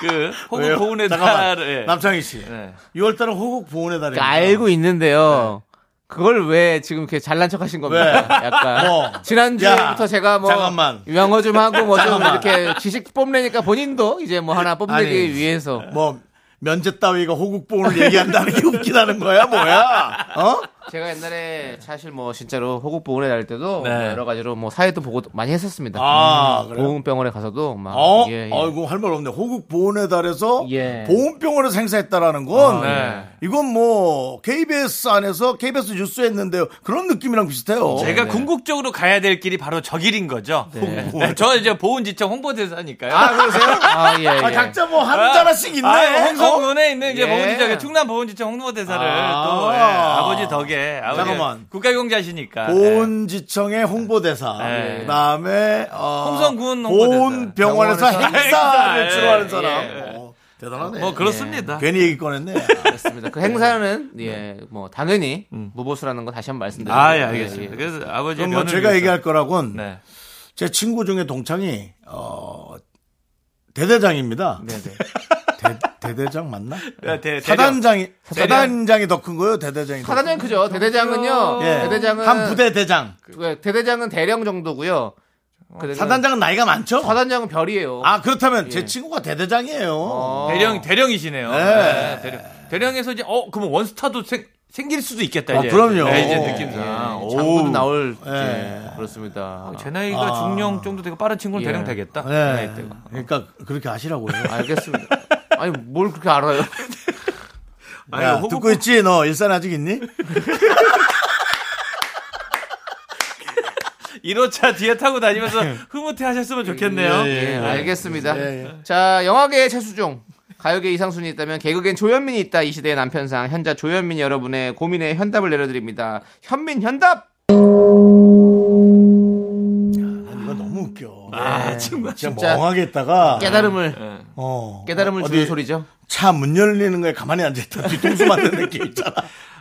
G: 그 호국
A: 왜요?
G: 고운의
A: 잠깐만.
H: 예.
G: 달을
A: 남창희 씨
G: 네.
A: 6월달은 호국 보훈의 달입니다
F: 그러니까.
B: 그러니까 알고 있는데요 그걸 왜 지금 이렇게 잘난 척 하신 겁니까?
A: 왜?
B: 약간
A: 뭐.
B: 지난주부터
A: 야,
B: 제가 뭐
A: 잠깐만.
B: 영어 좀 하고 뭐 좀
A: 잠깐만.
B: 이렇게 지식 뽐내니까 본인도 이제 뭐 하나 뽐내기
A: 아니,
B: 위해서
A: 뭐 면제 따위가 호국 보훈을 얘기한다는 게 웃기다는 거야 뭐야 어?
B: 제가 옛날에 사실 뭐 진짜로 호국보훈회 날 때도
F: 네.
B: 여러 가지로 뭐 사회도 보고 많이 했었습니다. 음,
F: 아, 그래요?
B: 보훈병원에 가서도 막
F: 어?
B: 예, 예.
F: 아이고 할 말 없네. 호국 보훈의 달에서
B: 예.
F: 보훈병원을 행사했다라는 건
H: 네.
F: 이건 뭐 KBS 안에서 KBS 뉴스 했는데요. 그런 느낌이랑 비슷해요.
H: 제가
B: 네.
H: 궁극적으로 가야 될 길이 바로 저 길인 거죠. 네. 네, 저 이제 보훈지청 홍보대사니까요.
F: 아 그러세요?
B: 아, 예, 예.
F: 아, 각자 뭐 한 자라씩 있네.
H: 아,
F: 어?
H: 홍성군에 있는 이제
B: 예.
H: 보훈지청 충남 보훈지청 홍보대사를
F: 아.
H: 또 예, 아버지 덕에 아버지 그
F: 잠깐만. 아, 네.
H: 국가경제하시니까
F: 보훈지청의 홍보대사,
H: 네.
F: 그다음에 어,
H: 홍성군 홍보대사. 병원에서
F: 보훈병원에서 행사를
H: 행사,
F: 주로하는
H: 예,
F: 사람.
H: 예.
F: 어, 대단하네.
H: 예. 뭐 예. 그렇습니다.
F: 괜히 얘기 꺼냈네. 아, 네. 음.
B: 그렇습니다. 그 행사는 예, 뭐 당연히 무보수라는 거 다시 한번 말씀드리고.
H: 아, 예, 알겠습니다. 그래서 아버지
F: 그럼 뭐 제가 얘기할 거라고는
H: 네.
F: 제 친구 중에 동창이 어, 대대장입니다. 대, 대장 맞나?
H: 네, 대- 대령.
F: 사단장이 사단장이 더 큰 거예요. 대대장이. 더
B: 사단장이 크죠. 대대장은요.
F: 큰 거예요. 예.
B: 대대장은
F: 한 부대 대장.
B: 그 대대장은 대령 정도고요. 그
F: 어, 사단장은 나이가 많죠.
B: 사단장은 별이에요.
F: 아 그렇다면
B: 예.
F: 제 친구가 대대장이에요.
B: 어.
H: 대령 대령이시네요.
F: 네.
H: 네, 대령. 대령에서 이제 어 그럼 원스타도 생, 생길 수도 있겠다
F: 아,
H: 이제.
F: 그럼요.
H: 네, 이제
B: 예,
H: 느낌상. 오.
B: 장군도 나올
F: 예.
B: 예, 그렇습니다.
H: 제 나이가
F: 아.
H: 중령 정도 되고 빠른 친구는
B: 예.
H: 대령 되겠다.
F: 네.
H: 그 나이 때가.
F: 그러니까 그렇게 하시라고요.
B: 알겠습니다. 아니 뭘 그렇게 알아요?
H: 아니,
F: 야,
H: 호국-
F: 듣고 있지? 너 일산 아직 있니?
H: 1호차 뒤에 타고 다니면서 흐뭇해 하셨으면 좋겠네요.
F: 예, 예.
B: 예, 알겠습니다.
F: 예, 예.
B: 자, 영화계의 최수종, 가요계 이상순이 있다면 개그계엔 조현민이 있다. 이 시대의 남편상 현자 조현민 여러분의 고민에 현답을 내려드립니다. 현민
F: 아,
B: 현답.
F: 난 이거 너무 웃겨.
H: 아, 정말.
F: 진짜,
B: 네, 진짜.
F: 멍하게 있다가
B: 깨달음을
F: 어,
B: 깨달음을 주는
F: 어디
B: 소리죠.
F: 차 문 열리는 거에 가만히 앉아있다 뒤통수 맞는 느낌 있잖아.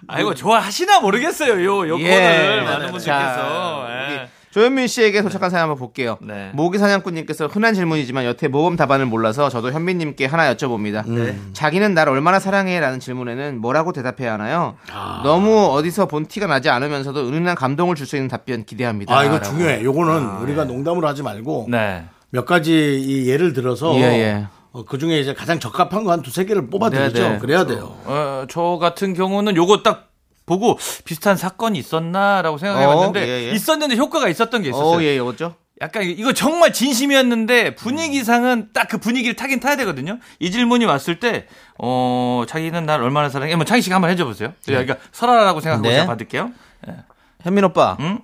H: 아이고 좋아하시나 모르겠어요. 요,
B: 예.
H: 요 코너를 많은 분들께서.
B: 네, 자,
H: 예.
B: 우리 조현민 씨에게 도착한 사연 한번 볼게요.
H: 네.
B: 모기 사냥꾼님께서 흔한 질문이지만 여태 모범 답안을 몰라서 저도 현민님께 하나 여쭤봅니다.
H: 네.
B: 음. 자기는 날 얼마나 사랑해라는 질문에는 뭐라고 대답해야 하나요?
H: 아.
B: 너무 어디서 본 티가 나지 않으면서도 은은한 감동을 줄 수 있는 답변 기대합니다.
F: 아, 이거
B: 라고. 예.
F: 중요해. 요거는 우리가 농담으로 하지 말고
H: 네.
F: 몇 가지 이 예를 들어서
B: 예, 예.
F: 그 중에 이제 가장 적합한 거 한 두세 개를 뽑아드리죠.
B: 네, 네.
F: 그래야 돼요.
H: 어, 저 같은 경우는 요거 딱 보고 비슷한 사건이 있었나라고 생각해봤는데
B: 어, 예, 예.
H: 있었는데 효과가 있었던 게 있었어요.
B: 어, 예, 뭐죠?
H: 약간 이거 정말 진심이었는데
B: 음.
H: 분위기상은 딱 그 분위기를 타긴 타야 되거든요. 이 질문이 왔을 때 어, 자기는 날 얼마나 사랑해? 뭐 창희 씨가 한번 해줘 보세요. 제가 그러니까 설아라고 생각하고
B: 네.
H: 제가 받을게요.
B: 현민 오빠,
H: 응?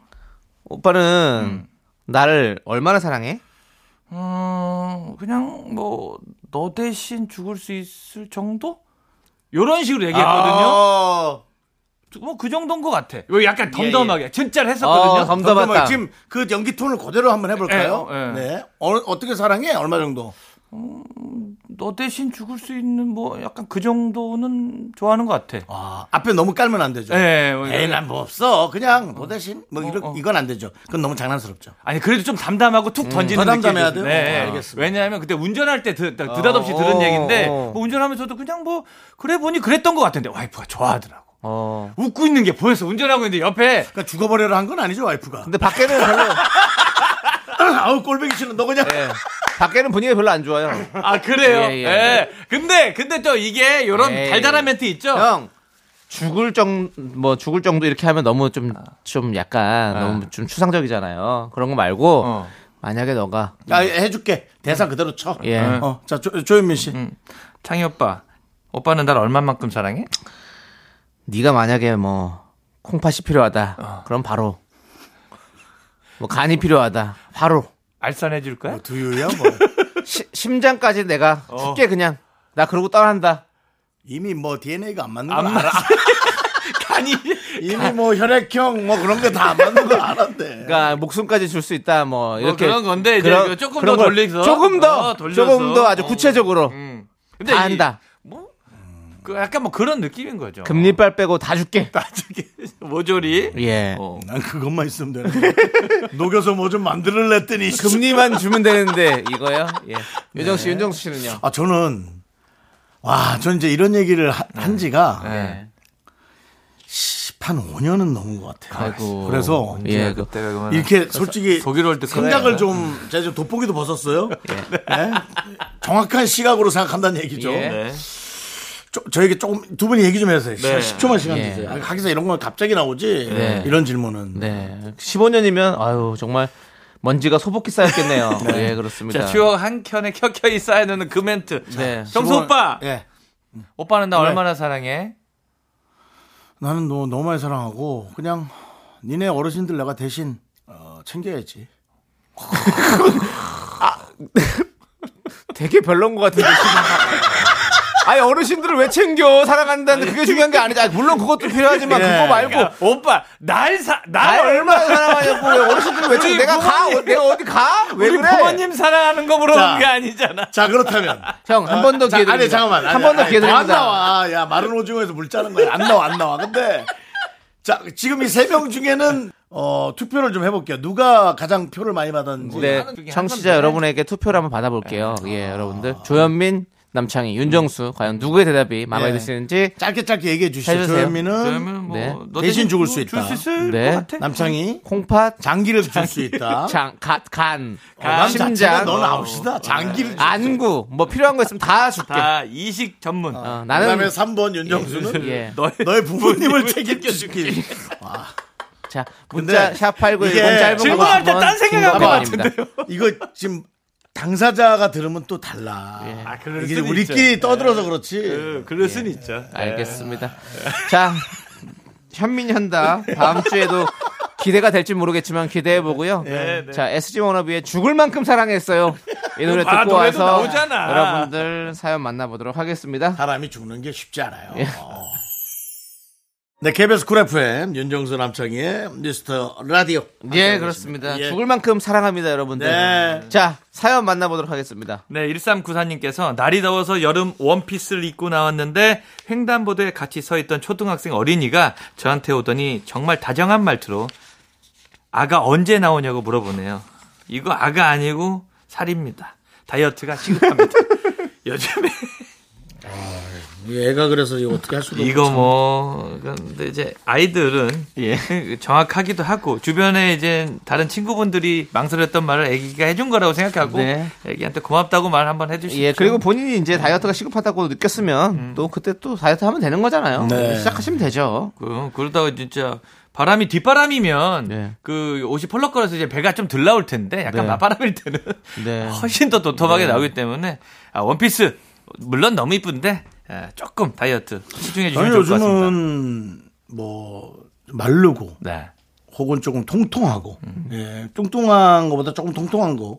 B: 오빠는 나를 얼마나 사랑해?
H: 음, 그냥 뭐 너 대신 죽을 수 있을 정도? 요런 식으로 얘기했거든요.
F: 아,
H: 뭐 그 정도인 것 같아. 요 약간
B: 예,
H: 덤덤하게 진짜로
B: 어,
H: 했었거든요.
B: 덤-
F: 잠깐만,
B: 덤덤하다.
F: 지금 그 연기 톤을 그대로 한번 해볼까요?
H: 예, 예.
F: 네. 어, 떻게 사랑해? 얼마 정도?
H: 너 대신 죽을 수 있는 뭐 약간 그 정도는 좋아하는 것 같아.
F: 아, 앞에 너무 깔면 안 되죠.
H: 예, 뭐
F: 에이, 난 뭐 없어. 그냥 너 대신
B: 어,
F: 뭐 이런 이건 안 되죠. 그건 너무 장난스럽죠.
H: 아니 그래도 좀 담담하고 툭 던지는
F: 더 담담해야
H: 느낌이-
F: 돼요?
H: 네.
F: 어, 알겠습니다.
H: 왜냐하면 그때 운전할 때 드, 드닷없이 들은
B: 어,
H: 얘기인데
B: 어.
H: 뭐 운전하면서도 그냥 뭐 그래 보니 그랬던 것 같은데 와이프가 좋아하더라고.
B: 어.
H: 웃고 있는 게 보였어. 운전하고 있는데 옆에
F: 그러니까 죽어버려라 한 건 아니죠, 와이프가.
B: 근데 밖에는 별로,
F: 아우 꼴보기 싫은 너 그냥
B: 예. 밖에는 분위기가 별로 안 좋아요.
H: 아 그래요.
B: 예,
H: 예,
B: 예.
H: 근데 근데 또 이게 요런
B: 에이.
H: 달달한 멘트 있죠. 뭐
B: 형 죽을 정 뭐 죽을 정도 이렇게 하면 너무 좀 좀 약간 너무 좀 추상적이잖아요. 그런 거 말고
H: 네. 어.
B: 만약에 너가
F: 아, 해줄게. 대사 그대로 쳐.
B: 예. 음,
F: 어, 자 조, 조현민 씨.
H: 창희 오빠. 오빠는 날 얼마만큼 사랑해?
B: 네가 만약에 뭐 콩팥이 필요하다.
H: 어.
B: 그럼 바로 뭐 간이 필요하다. 바로
H: 알선해 줄 거야?
F: 두유야 뭐.
B: 시- 심장까지 내가
H: 어.
B: 줄게 그냥 나 그러고 떠난다.
F: 이미 뭐 DNA가 안 맞는 거 알아.
H: 아니
F: 이미 뭐 혈액형 뭐 그런 게 다 안 맞는 거 알았대.
B: 그러니까 목숨까지 줄 수 있다. 뭐 이렇게
H: 네. 그런 건데 이제 이거 조금
B: 그런
H: 더
B: 걸
H: 돌려서.
B: 조금 더
H: 어, 돌려서.
B: 조금 더 아주
H: 어.
B: 구체적으로
H: 음.
B: 다 한다.
H: 뭐? 그 약간 뭐 그런 느낌인 거죠.
B: 금리빨 빼고 다 줄게.
H: 나중에 모조리.
A: 음.
B: 예.
H: 어.
F: 난 그것만 있으면 되는데. 녹여서 뭐 좀 만들어냈더니.
B: 금리만 주면 되는데 이거요? 예. 유정 씨, 윤정수 씨는요?
F: 아 저는 와, 전 이제 이런 얘기를 하- 한 지가
H: 네.
F: 한 5년은 넘은 것 같아요.
B: 아이고.
F: 그래서
B: 예, 그,
H: 그때가 그만.
F: 이렇게 솔직히
H: 독일 월드컵
F: 생각을 좀 제가 좀 돋보기도 벗었어요. 네. 정확한 시각으로 생각한다는 얘기죠.
B: 예.
H: 네.
F: 조- 저에게 조금 두 분이 얘기 좀 해주세요.
G: 네.
F: 10초만 시간
B: 예.
F: 주세요. 아니, 하기서 이런 건 갑자기 나오지.
B: 네.
F: 이런 질문은.
B: 네. 15년이면 아유 정말 먼지가 소복히 쌓였겠네요. 네. 그렇습니다.
G: 자, 추억 한 켠에 켜켜이 쌓여놓는 그 멘트.
B: 네.
G: 정수 오빠!
F: 예.
G: 오빠는 나
F: 네.
G: 얼마나 사랑해?
F: 나는 너 너무 많이 사랑하고 그냥 니네 어르신들 내가 대신 어, 챙겨야지.
B: 되게 별론 것 같은데. 지금. 아니 어르신들을 왜 챙겨 사랑한다는 그게 중요한 게 아니지. 아니, 물론 그것도 필요하지만 그거 말고
G: 그러니까 오빠, 날 사,
B: 아
G: 날 얼마,
B: 얼마나 사랑하냐고 왜 어르신들을 왜
G: 우리
B: 챙겨? 내가 가
G: 부모님.
B: 어, 내가 어디 가? 왜
G: 우리
B: 그래?
G: 부모님 사랑하는 거
F: 자.
G: 물어본 게 아니잖아.
F: 자 그렇다면
B: 형, 한 번더
F: 자,
B: 기회 드립니다.
F: 아니 잠깐만.
B: 한번더 기회
F: 안
B: 드립니다.
F: 나와. 아, 야 마른 오징어에서 물 짜는 거야. 안 나와 안 나와. 근데 자 지금 이 세 명 중에는 어, 투표를 좀 해볼게요. 누가 가장 표를 많이 받았는지.
B: 네, 청취자 여러분에게 투표를 한번 받아볼게요.
G: 네.
B: 예, 여러분들 조현민, 남창희,
G: 음.
B: 윤정수 과연 누구의 대답이 마음에
F: 예.
B: 드시는지
F: 짧게 짧게 얘기해 주시죠.
B: 해주세요.
F: 조현민은
B: 네.
G: 너
F: 대신 죽을 수
G: 줄
F: 있다.
G: 수 있을
B: 네.
G: 뭐 것 같아.
F: 남창이
B: 콩팥,
F: 장기를 줄 수 있다.
B: 장, 가, 간,
F: 남 자체가
B: 심장,
F: 넌 아웃이다. 장기를 줄
B: 안구 뭐 필요한 거 있으면 다 줄게.
G: 다 이식 전문.
B: 어,
F: 그 다음에
B: 나는
F: 3번 윤정수는
B: 예.
G: 너의
F: 너의 부모님을 책임져주기.
B: 자
F: 근데
B: 문자 샵8910
F: 이게
B: 짧은 거
G: 질문할 때딴
B: 50원,
G: 생각할
B: 긴
F: 것
B: 거 100원 입니다.
F: 이거 지금 당사자가 들으면 또 달라.
G: 아, 그럴
F: 이게
G: 수는
F: 우리끼리 떠들어서 그렇지.
G: 그, 그럴 순 있죠.
B: 알겠습니다. 자, 현민현다 다음 주에도 기대가 될지 모르겠지만 기대해 보고요.
G: 네, 네.
B: 자, SG 워너비의 죽을 만큼 사랑했어요. 이 노래
G: 아,
B: 듣고
G: 노래도
B: 와서
G: 나오잖아.
B: 여러분들 사연 만나보도록 하겠습니다.
F: 사람이 죽는 게 쉽지 않아요.
G: 예.
F: 어. 네, KBS 쿨 FM 윤정수 남창희의 미스터 라디오.
G: 네.
B: 예, 그렇습니다.
F: 예.
B: 죽을 만큼 사랑합니다, 여러분들.
F: 네.
B: 자, 사연 만나보도록 하겠습니다.
G: 네, 1394님께서 날이 더워서 여름 원피스를 입고 나왔는데 횡단보도에 같이 서 있던 초등학생 어린이가 저한테 오더니 정말 다정한 말투로 아가 언제 나오냐고 물어보네요. 이거 아가 아니고 살입니다. 다이어트가 시급합니다. 요즘에
F: 이 애가 그래서 이거 어떻게 할 수도 없고.
G: 이거 뭐 근데 이제 아이들은 정확하기도 하고 주변에 이제 다른 친구분들이 망설였던 말을 아기가 해준 거라고 생각하고
B: 네.
G: 아기한테 고맙다고 말 한번 해주시죠.
B: 예, 그리고 본인이 이제 다이어트가 시급하다고 느꼈으면
G: 음.
B: 또 그때 또 다이어트 하면 되는 거잖아요.
F: 네.
B: 시작하시면 되죠.
G: 그, 그러다가 진짜 바람이 뒷바람이면
B: 네.
G: 그 옷이 펄럭거려서 이제 배가 좀 들 나올 텐데
B: 네.
G: 약간 맞바람일 때는
B: 네.
G: 훨씬 더 도톰하게
B: 네.
G: 나오기 때문에 아, 원피스 물론 너무 이쁜데 아, 조금 다이어트 집중해 주시면
F: 저는
G: 좋을 것 같습니다.
F: 요즘은 뭐 마르고
G: 네.
F: 혹은 조금 통통하고 예, 뚱뚱한 것보다 조금 통통한 거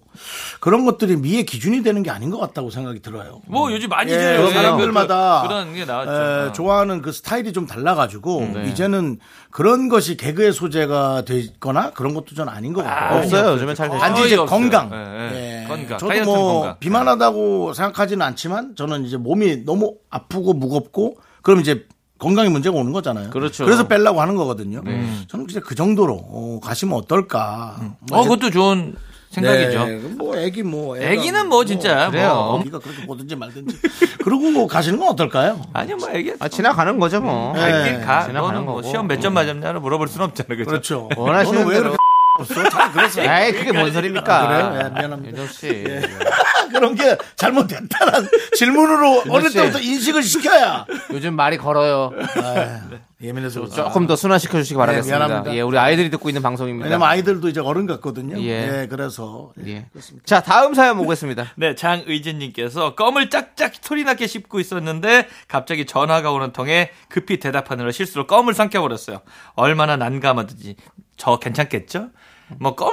F: 그런 것들이 미의 기준이 되는 게 아닌 것 같다고 생각이 들어요.
G: 뭐 요즘 많이
F: 예,
G: 예,
F: 사람들마다
G: 그, 런게 나왔죠.
F: 에,
G: 어.
F: 좋아하는 그 스타일이 좀 달라가지고
G: 음, 네.
F: 이제는 그런 것이 개그의 소재가 되거나 그런 것도 전 아닌 것 같고
B: 없어요. 요즘에 잘 되죠.
F: 단지 이제
G: 거의 없어요.
F: 건강.
G: 예, 예.
F: 예.
G: 건강.
F: 저도
G: 다이어트는
F: 뭐
G: 건강.
F: 비만하다고 생각하지는 않지만 저는 이제 몸이 너무 아프고 무겁고 그럼 이제 건강에 문제가 오는 거잖아요.
B: 그렇죠.
F: 래서 빼려고 하는 거거든요. 저는 진짜 그 정도로 어, 가시면 어떨까. 뭐
G: 네. 어,
F: 이제-
G: 그것도 좋은 생각이죠.
F: 네, 뭐 애기 뭐 애가
G: 애기는 뭐 진짜
B: 그래요.
G: 뭐
F: 네가 그렇게 보든지 말든지 그러고 뭐 가시는 건 어떨까요? 네,
G: 아니요, 뭐 애기
B: 아, 지나가는 거죠, 뭐.
G: 갈길 어, 가.
B: 지나가는
G: 너는 뭐
B: 거고. 네.
G: 시험 몇 점 맞았냐를 물어볼 순 없잖아요. 그죠?
F: 그렇죠.
B: 원하시는
F: 너는 왜
B: 대로.
F: 이렇게 없어? 참 그래서
B: 에이, 그게 뭔
G: 아,
B: 소리입니까?
F: 그래요? 예, 미안합니다.
B: 윤정 씨.
F: 그런 게 잘못됐다는 질문으로 어릴
B: 씨.
F: 때부터 인식을 시켜야
B: 요즘 말이 걸어요.
F: 예민해서 그렇죠. 네,
B: 조금 더 순화시켜 주시기 바라겠습니다.
F: 미안합니다.
B: 예, 우리 아이들이 듣고 있는 방송입니다.
G: 네.
F: 왜냐면 아이들도 이제 어른 같거든요.
B: 예.
F: 예, 그래서
B: 예.
F: 아-
B: 자, 다음 사연 보겠습니다.
G: 네, 장의진님께서 껌을 짝짝 소리나게 씹고 있었는데 갑자기 전화가 오는 통에 급히 대답하느라 실수로 껌을 삼켜버렸어요. 얼마나 난감하든지 저 괜찮겠죠? 뭐 껌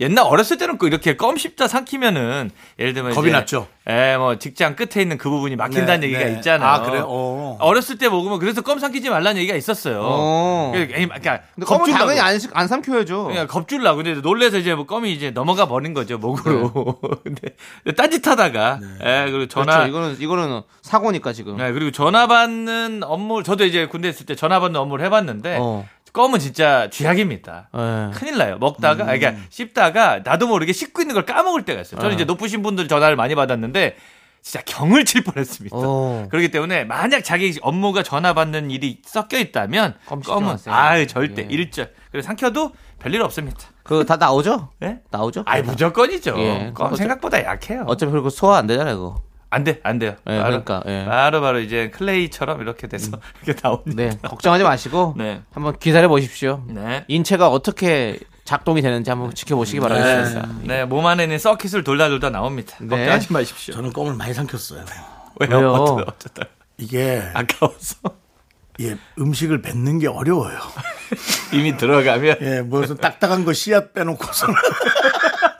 G: 옛날 어렸을 때는 그 이렇게 껌 씹다 삼키면은 예를 들면
F: 겁이
G: 이제
F: 났죠.
G: 예, 뭐 직장 끝에 있는 그 부분이 막힌다는
F: 네,
G: 얘기가
F: 네.
G: 있잖아요.
F: 아, 그래요? 어.
G: 어렸을 때 먹으면 그래서 껌 삼키지 말라는 얘기가 있었어요.
B: 어.
G: 그- 그러니까
B: 근데 껌은
G: 겁준다고.
B: 당연히 안, 시- 안 삼켜야죠.
G: 그러니까 겁줄라고 근데 놀래서 이제 뭐 껌이 이제 넘어가 버린 거죠 목으로. 근데 딴짓하다가 예 그리고 전화
B: 네. 그렇죠. 이거는, 이거는 사고니까 지금.
G: 네, 그리고 전화 받는 업무 저도 이제 군대 있을 때 전화 받는 업무를 해봤는데
B: 어.
G: 껌은 진짜 쥐약입니다.
B: 예.
G: 큰일 나요. 먹다가 아니, 그러니까 씹다가 나도 모르게 씹고 있는 걸 까먹을 때가 있어요.
B: 예.
G: 저는 이제 높으신 분들 전화를 많이 받았는데 진짜 경을 칠 뻔했습니다.
B: 어.
G: 그렇기 때문에 만약 자기 업무가 전화 받는 일이 섞여 있다면
B: 껌 씹지
G: 껌은
B: 마세요.
G: 아유 절대
B: 예.
G: 일절. 그래서 삼켜도 별일 없습니다.
B: 그거 다 나오죠?
G: 예?
B: 나오죠?
A: 그러니까.
G: 아이 무조건이죠.
B: 예,
G: 껌
B: 그거
G: 생각보다 약해요.
B: 어차피 그리고 소화 안 되잖아요, 그거.
G: 안 돼, 안 돼요.
A: 예,
G: 바로,
A: 어- 그러니까, 예.
G: 바로, 바로 이제 클레이처럼 이렇게 돼서 이렇게 나옵니다.
A: 네, 걱정하지 마시고
G: 네.
A: 한번 기다려 보십시오.
G: 네.
A: 인체가 어떻게 작동이 되는지 한번 지켜보시기 바라겠습니다.
G: 네, 몸 안에 있는 서킷을 돌다 돌다 나옵니다.
B: 네.
G: 걱정하지 마십시오.
F: 저는 껌을 많이 삼켰어요.
G: 왜요?
A: 네. 왜요?
G: 어쩌다, 어쩌다.
F: 이게
G: 아까워서.
F: 예, 음식을 뱉는 게 어려워요.
G: 이미 들어가면.
F: 예, 무슨 딱딱한 거 씨앗 빼놓고서는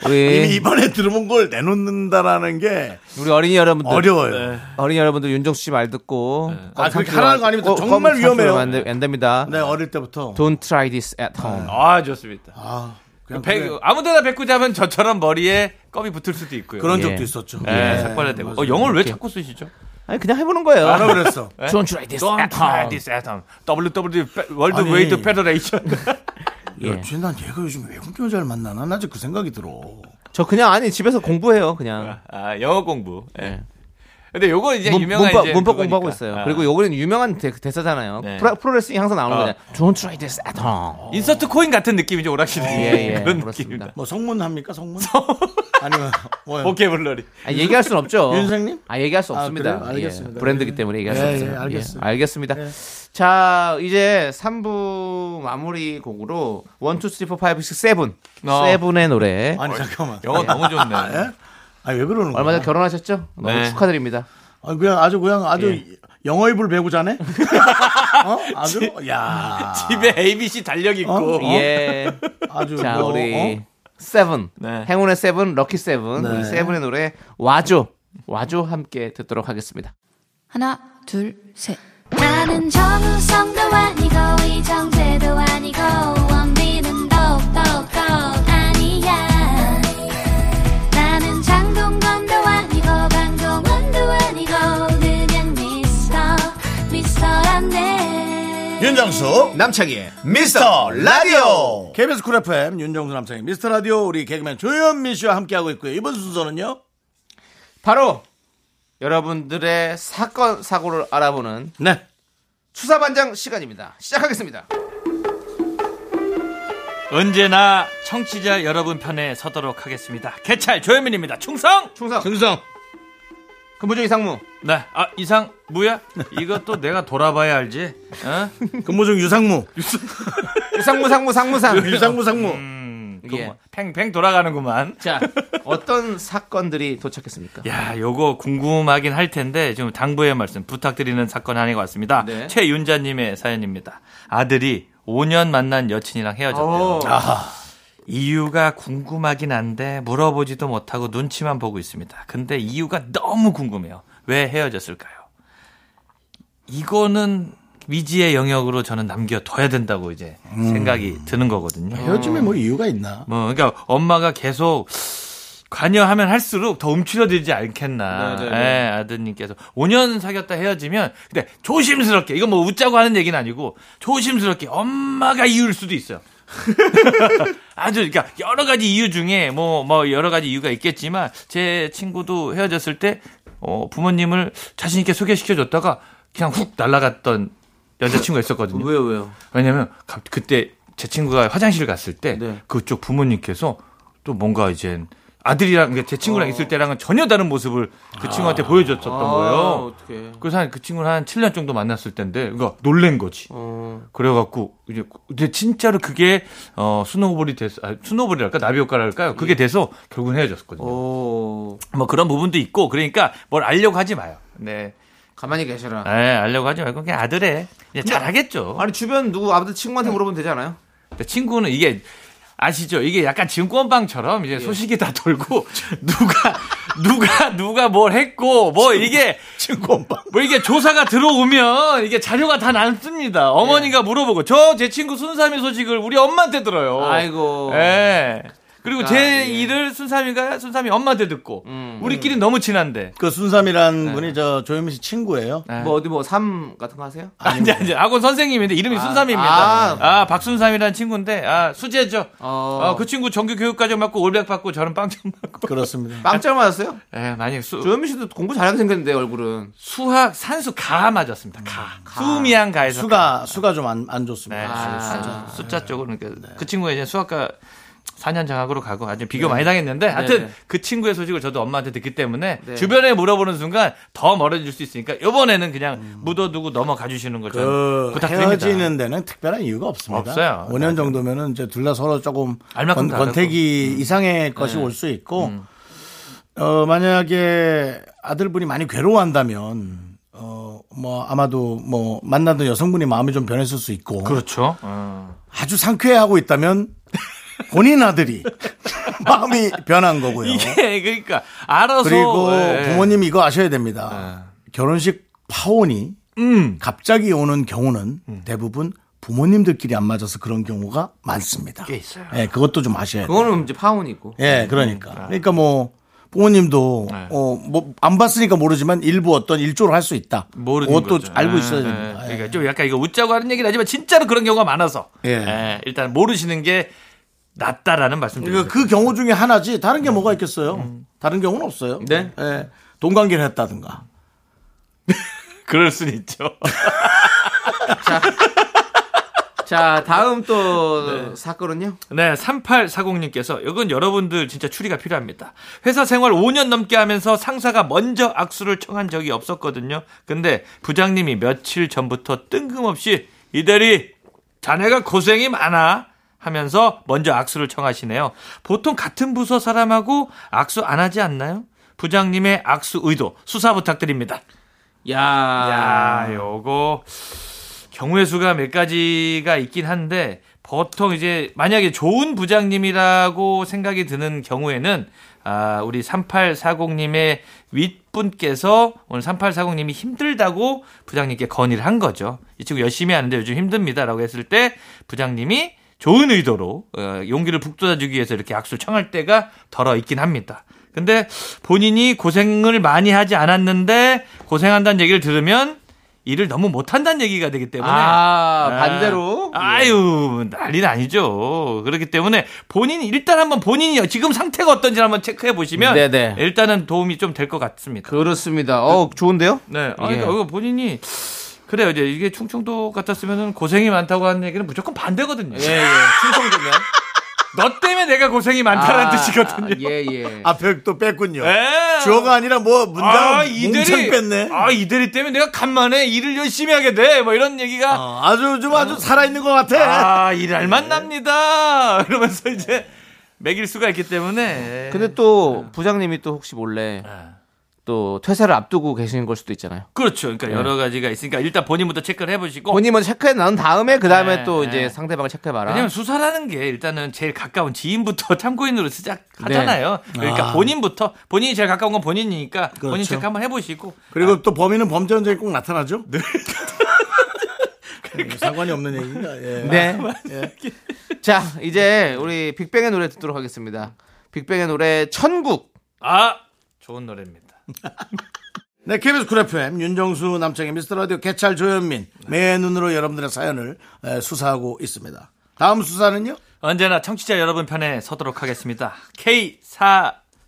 F: 이미
A: 우리
F: 입안에 들어온 걸 내놓는다라는 게
A: 우리 어린이 여러분들
F: 어려워요.
A: 어린이 여러분들 윤정수 씨 말 듣고 껌
F: 아, 그렇게
A: 삼키러
F: 하라는 거 아니면
A: 껌
F: 정말
A: 삼키러
F: 위험해요.
A: 안, 되- 안 됩니다.
F: 네, 어릴 때부터
A: Don't try this at home.
G: 아, 좋습니다.
F: 아, 그냥
G: 백-
F: 그래.
G: 아무데나 뱉고 자면 저처럼 머리에 껌이 붙을 수도 있고요.
F: 그런 네.
A: 예.
F: 적도 있었죠.
G: 예, 삭발해야 되고. 어, 영어를 왜 자꾸 쓰시죠?
A: 아니 그냥 해보는 거예요.
F: 알아 그랬어.
A: Don't try this
G: Don't
A: at
G: try
A: home.
G: this at home. WW 월드
F: 아니.
G: 웨이트 페더레이션.
A: 예.
F: 쟤, 난 얘가 요즘 외국 여자를 만나나? 나 지금 그 생각이 들어.
A: 저 그냥 아니 집에서 공부해요 그냥.
G: 아, 영어 공부. 예.
A: 네.
G: 근데 요거
F: 네.
G: 이제
A: 문,
G: 유명한
A: 문법,
G: 이제
A: 문법
G: 그거니까.
A: 공부하고 있어요.
G: 아.
A: 그리고 요거는 유명한 대, 대사잖아요.
G: 네.
A: 프로, 프로레슬링 항상 나오는
G: 어.
A: 거잖아요. Don't try this at
F: 어.
A: home.
G: 인서트 코인 같은 느낌이죠 오락실이
A: 예, 예,
G: 그런
A: 그렇습니다.
G: 느낌이다.
F: 뭐 성문 합니까? 성문? 아니면 뭐요?
G: 보케블러리.
A: 아, 얘기할 수는 없죠.
F: 윤생님?
A: 아, 얘기할 수
F: 아,
A: 없습니다.
F: 그래요? 알겠습니다.
A: 예, 브랜드기
F: 예.
A: 때문에 얘기할 수
F: 예,
A: 없어요.
F: 예, 알겠습니다.
A: 알겠습니다. 자, 이제 3부 마무리 곡으로 1, 2, 3, 4, 5, 6, 7.
G: 어.
A: 세븐의 노래.
F: 아니 잠깐만.
G: 영어 너무 좋네.
F: 예? 아니 왜 그러는 거야?
A: 얼마 전에 결혼하셨죠? 너무
G: 네.
A: 축하드립니다.
F: 아, 그냥 아주 그냥 아주
A: 예.
F: 영어 입을 배우자네 어? 아주 야.
G: 집에 ABC 달력 있고.
F: 어?
A: 예.
F: 아주
A: 자,
F: 뭐,
A: 우리
F: 어?
A: 세븐.
G: 네.
A: 행운의 세븐, 럭키 세븐.
F: 네.
A: 우리 세븐의 노래 와줘. 와줘 함께 듣도록 하겠습니다.
E: 하나, 둘, 셋.
D: 나는 정우성도 아니고 이정재도 아니고 원빈은 더욱더 아니야 나는 장동건도 아니고 강동원도 아니고 그냥 미스터 미스터란데
I: 윤정수 남창희의 미스터 라디오
F: KBS 쿨 FM 윤정수 남창희 미스터 라디오 우리 개그맨 조현미 씨와 함께하고 있고요. 이번 순서는요.
A: 바로 여러분들의 사건 사고를 알아보는
F: 네.
A: 수사반장 시간입니다. 시작하겠습니다.
G: 언제나 청취자 여러분 편에 서도록 하겠습니다. 개찰 조현민입니다. 충성.
A: 충성.
F: 승성.
A: 근무중 이상무.
G: 네. 아 이상 무야. 이것도 내가 돌아봐야 알지. 어?
F: 근무 중 유상무.
A: 이상무 상무 상무상.
F: 유상무 상무.
A: 예.
G: 그거 팽팽 돌아가는구만.
A: 자, 어떤 사건들이 도착했습니까?
G: 야, 요거 궁금하긴 할 텐데 좀 당부의 말씀 부탁드리는 사건 하나 왔습니다.
A: 네.
G: 최윤자님의 사연입니다. 아들이 5년 만난 여친이랑 헤어졌대요. 아,
A: 오.
G: 이유가 궁금하긴 한데 물어보지도 못하고 눈치만 보고 있습니다. 근데 이유가 너무 궁금해요. 왜 헤어졌을까요? 이거는 미지의 영역으로 저는 남겨둬야 된다고 이제
A: 음.
G: 생각이 드는 거거든요.
F: 요즘에 뭐 이유가 있나?
G: 뭐 그러니까 엄마가 계속 관여하면 할수록 더 움츠러들지 않겠나.
A: 네, 네, 네.
G: 예, 아드님께서 5년 사귀었다 헤어지면 근데 조심스럽게 이건 뭐 웃자고 하는 얘기는 아니고 조심스럽게 엄마가 이유일 수도 있어요. 아주 그러니까 여러 가지 이유 중에 뭐 뭐 여러 가지 이유가 있겠지만 제 친구도 헤어졌을 때 어, 부모님을 자신 있게 소개시켜 줬다가 그냥 훅 날아갔던 여자친구가 있었거든요.
A: 왜요, 왜요?
G: 왜냐면 가- 그때 제 친구가 화장실 갔을 때
A: 네.
G: 그쪽 부모님께서 또 뭔가 이제 아들이랑 그러니까 제 친구랑
A: 어.
G: 있을 때랑은 전혀 다른 모습을 그
A: 아.
G: 친구한테 보여줬었던 거예요.
A: 어떻게?
G: 그래서 한그 친구는 한 7년 정도 만났을 때인데 그러니까 놀란 거지.
A: 어.
G: 그래갖고 이제 근데 진짜로 그게 어 스노볼이 돼서 아, 스노볼이랄까 나비 효과랄까요? 그게 돼서 결국 은 헤어졌거든요.
A: 예. 오,
G: 뭐 그런 부분도 있고 그러니까 뭘 알려고 하지 마요. 네,
A: 가만히 계셔라.
G: 에, 알려고 하지 말고 그냥 아들의 그냥 잘하겠죠.
A: 아니 주변 누구 아무튼 친구한테 물어보면 되잖아요.
G: 근데 친구는 이게 아시죠? 이게 약간 증권방처럼
A: 예.
G: 이제 소식이 다 돌고 누가 누가 누가 뭘 했고 뭐 이게
F: 증권방.
G: 뭐 이게 조사가 들어오면 이게 자료가 다 남습니다.
A: 예.
G: 어머니가 물어보고 저 제 친구 순삼이 소식을 우리 엄마한테 들어요.
A: 아이고.
G: 예. 그리고 제
A: 아, 예. 음,
G: 일을 순삼이가 순삼이 엄마한테 듣고 우리끼리 너무 친한데.
F: 그 순삼이라는 분이 저 조현미 씨 친구예요.
G: 네.
A: 뭐 어디 뭐 삼 같은 거 하세요?
G: 아니 아니 학원 선생님인데 이름이 순삼입니다.
A: 아.
G: 아, 박순삼이라는 친구인데 아 수제죠.
A: 어.
G: 아, 그 친구 정규 교육과정 받고 올백 받고 저는 빵점 받고.
F: 그렇습니다.
G: 아,
A: 빵점 맞았어요?
G: 예, 많이 수
A: 조현미 씨도 공부 잘하게 생겼는데 얼굴은.
G: 수학 산수 가 맞았습니다.
F: 음,
G: 가. 수미양 가에서
F: 수가 수가 좀 안 안
G: 네,
F: 좋습니다. 네.
G: 수- 숫자 쪽으로 그러니까 그 친구가 이제 수학과 4년 장학으로 가고 아주 비교 많이 당했는데 하여튼
B: 네.
G: 그 친구의 소식을 저도 엄마한테 듣기 때문에
B: 네.
G: 주변에 물어보는 순간 더 멀어질 수 있으니까 이번에는 그냥 묻어두고 넘어가 주시는 걸저
F: 음. 그
G: 부탁드립니다.
F: 헤어지는 데는 특별한 이유가 없습니다.
G: 없어요. 네,
F: 5년 정도면은 이제 둘 다 서로 조금
G: 알만큼
F: 권-
G: 다르고. 음.
F: 권태기 이상의 것이 올 수 있고 어 만약에 아들분이 많이 괴로워한다면 어 뭐 아마도 뭐 만나던 여성분이 마음이 좀 변했을 수 있고
G: 그렇죠. 어.
F: 아주 상쾌해하고 있다면 본인 아들이 마음이 변한 거고요.
G: 이게 그러니까 알아서
F: 그리고
G: 예.
F: 부모님 이거 아셔야 됩니다. 결혼식 파혼이
G: 음.
F: 갑자기 오는 경우는 대부분 부모님들끼리 안 맞아서 그런 경우가 많습니다.
G: 꽤 있어요. 음,
F: 예, 그것도 좀 아셔야 돼요.
G: 네.
B: 그거는 이제 파혼이고.
F: 예, 그러니까. 그러니까 뭐 부모님도
G: 예.
F: 어, 뭐 안 봤으니까 모르지만 일부 어떤 일조를 할 수 있다.
G: 모르는
F: 그것도
G: 거죠.
F: 알고
G: 예,
F: 있어야
G: 예.
F: 됩니다.
G: 그러니까 좀 약간 이거 웃자고 하는 얘기는 아니지만 진짜로 그런 경우가 많아서
F: 예.
G: 예, 일단 모르시는 게 낫다라는 말씀드립니다.
F: 그러니까 그 경우 중에 하나지 다른 게 뭐가 있겠어요? 다른 경우는 없어요.
G: 네.
F: 예. 동관계를 했다든가. 그러니까
G: 그럴 순 있죠.
B: 자, 다음 또 사건은요?
G: 네, 3840님께서 이건 여러분들 진짜 추리가 필요합니다. 회사 생활 5년 넘게 하면서 상사가 먼저 악수를 청한 적이 없었거든요. 근데 부장님이 며칠 전부터 뜬금없이 이 대리 자네가 고생이 많아 하면서 먼저 악수를 청하시네요. 보통 같은 부서 사람하고 악수 안 하지 않나요? 부장님의 악수 의도 수사 부탁드립니다.
B: 야,
G: 야, 요거 경우의 수가 몇 가지가 있긴 한데 보통 이제 만약에 좋은 부장님이라고 생각이 드는 경우에는 아, 우리 3840님의 윗분께서 오늘 3840님이 힘들다고 부장님께 건의를 한 거죠. 이 친구 열심히 하는데 요즘 힘듭니다라고 했을 때 부장님이 좋은 의도로 어, 용기를 북돋아주기 위해서 이렇게 악수를 청할 때가 덜어 있긴 합니다. 근데 본인이 고생을 많이 하지 않았는데 고생한다는 얘기를 들으면 일을 너무 못한다는 얘기가 되기 때문에
B: 아,
G: 아,
B: 반대로?
G: 아유 난리 아니죠 그렇기 때문에 본인 일단 한번 본인이 지금 상태가 어떤지 한번 체크해 보시면
B: 네네.
G: 일단은 도움이 좀 될 것 같습니다
B: 그렇습니다. 어, 좋은데요?
G: 네
B: 예.
G: 아니 그러니까 이거 본인이 그래요 이제 이게 충청도 같았으면 고생이 많다고 하는 얘기는 무조건 반대거든요
B: 예, 예. 충성되면.
G: 너 때문에 내가 고생이 아, 많다는 뜻이거든요 아,
B: 예, 예.
F: 앞에 또 뺐군요.
G: 예.
F: 주어가 아니라 뭐 문장 몽창 뺐네.
G: 아, 이 대리 때문에 내가 간만에 일을 열심히 하게 돼. 뭐 이런 얘기가.
F: 어, 아주 좀 아주 살아있는 것 같아.
G: 아, 일할 만납니다. 이러면서 이제 매길 수가 있기 때문에.
B: 근데
G: 네.
B: 또 부장님이 또 혹시 몰래 또 퇴사를 앞두고 계신 걸 수도 있잖아요.
G: 그렇죠. 그러니까 여러 가지가 있으니까 일단 본인부터 체크를 해보시고.
B: 본인 먼저 체크해 나온 다음에 그 다음에
G: 네,
B: 또
G: 네.
B: 이제 상대방을 체크해 봐라.
G: 왜냐면 수사라는 게 일단은 제일 가까운 지인부터 참고인으로 시작하잖아요. 그러니까 본인부터 본인이 제일 가까운 건 본인이니까 본인
F: 그렇죠.
G: 체크 한번 해보시고
F: 그리고 또 범인은 범죄 현장에 꼭 나타나죠. 네, 상관이 없는 얘기가. 예.
B: 네. 자, 이제 우리 빅뱅의 노래 듣도록 하겠습니다. 빅뱅의 노래 천국.
G: 아 좋은 노래입니다.
F: 네, KBS 쿨 FM 윤정수 남창희 미스터 라디오 개찰 조현민
A: 네.
F: 매의 눈으로 여러분들의 사연을 에, 수사하고 있습니다. 다음 수사는요?
G: 언제나 청취자 여러분 편에 서도록 하겠습니다.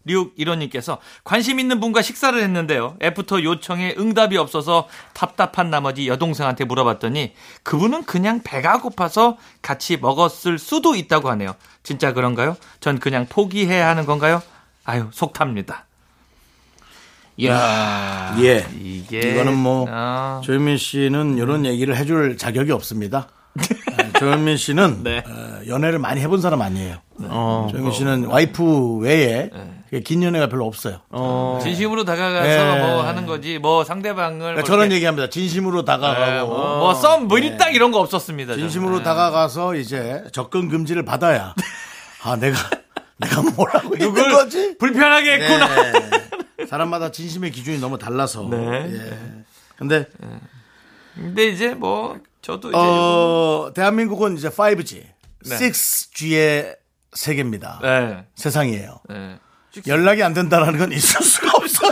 G: K461호님께서 관심 있는 분과 식사를 했는데요. 애프터 요청에 응답이 없어서 답답한 나머지 여동생한테 물어봤더니 그분은 그냥 배가 고파서 같이 먹었을 수도 있다고 하네요. 진짜 그런가요? 전 그냥 포기해야 하는 건가요? 아유, 속 탑니다. 이야.
F: 예.
G: 이게.
F: 이거는 뭐
G: 아,
F: 조현민 씨는 이런 얘기를 해줄 자격이 없습니다. 에, 조현민 씨는
G: 네.
F: 어, 연애를 많이 해본 사람 아니에요. 어. 조현민 씨는 와이프 외에 긴 연애가 별로 네. 없어요.
G: 진심으로 다가가서
F: 예.
G: 뭐 하는 거지. 뭐 상대방을.
F: 그러니까
G: 뭐
F: 저런
G: 이렇게
F: 얘기합니다. 진심으로 다가가고 네.
G: 뭐 썸, 뭐 일당 이런 거 없었습니다. 저는. 네.
F: 진심으로 다가가서 이제 접근 금지를 받아야 아 내가 내가 뭐라고 있는
G: 그걸
F: 거지?
G: 불편하게 했구나.
F: 네. 사람마다 진심의 기준이 너무 달라서. 예. 근데
G: 근데 이제 뭐 저도 이제
F: 어 대한민국은 이제 5G, 6G의 세계입니다.
G: 네.
F: 세상이에요.
G: 네.
F: 연락이 안 된다라는 건 있을 수가 없어요.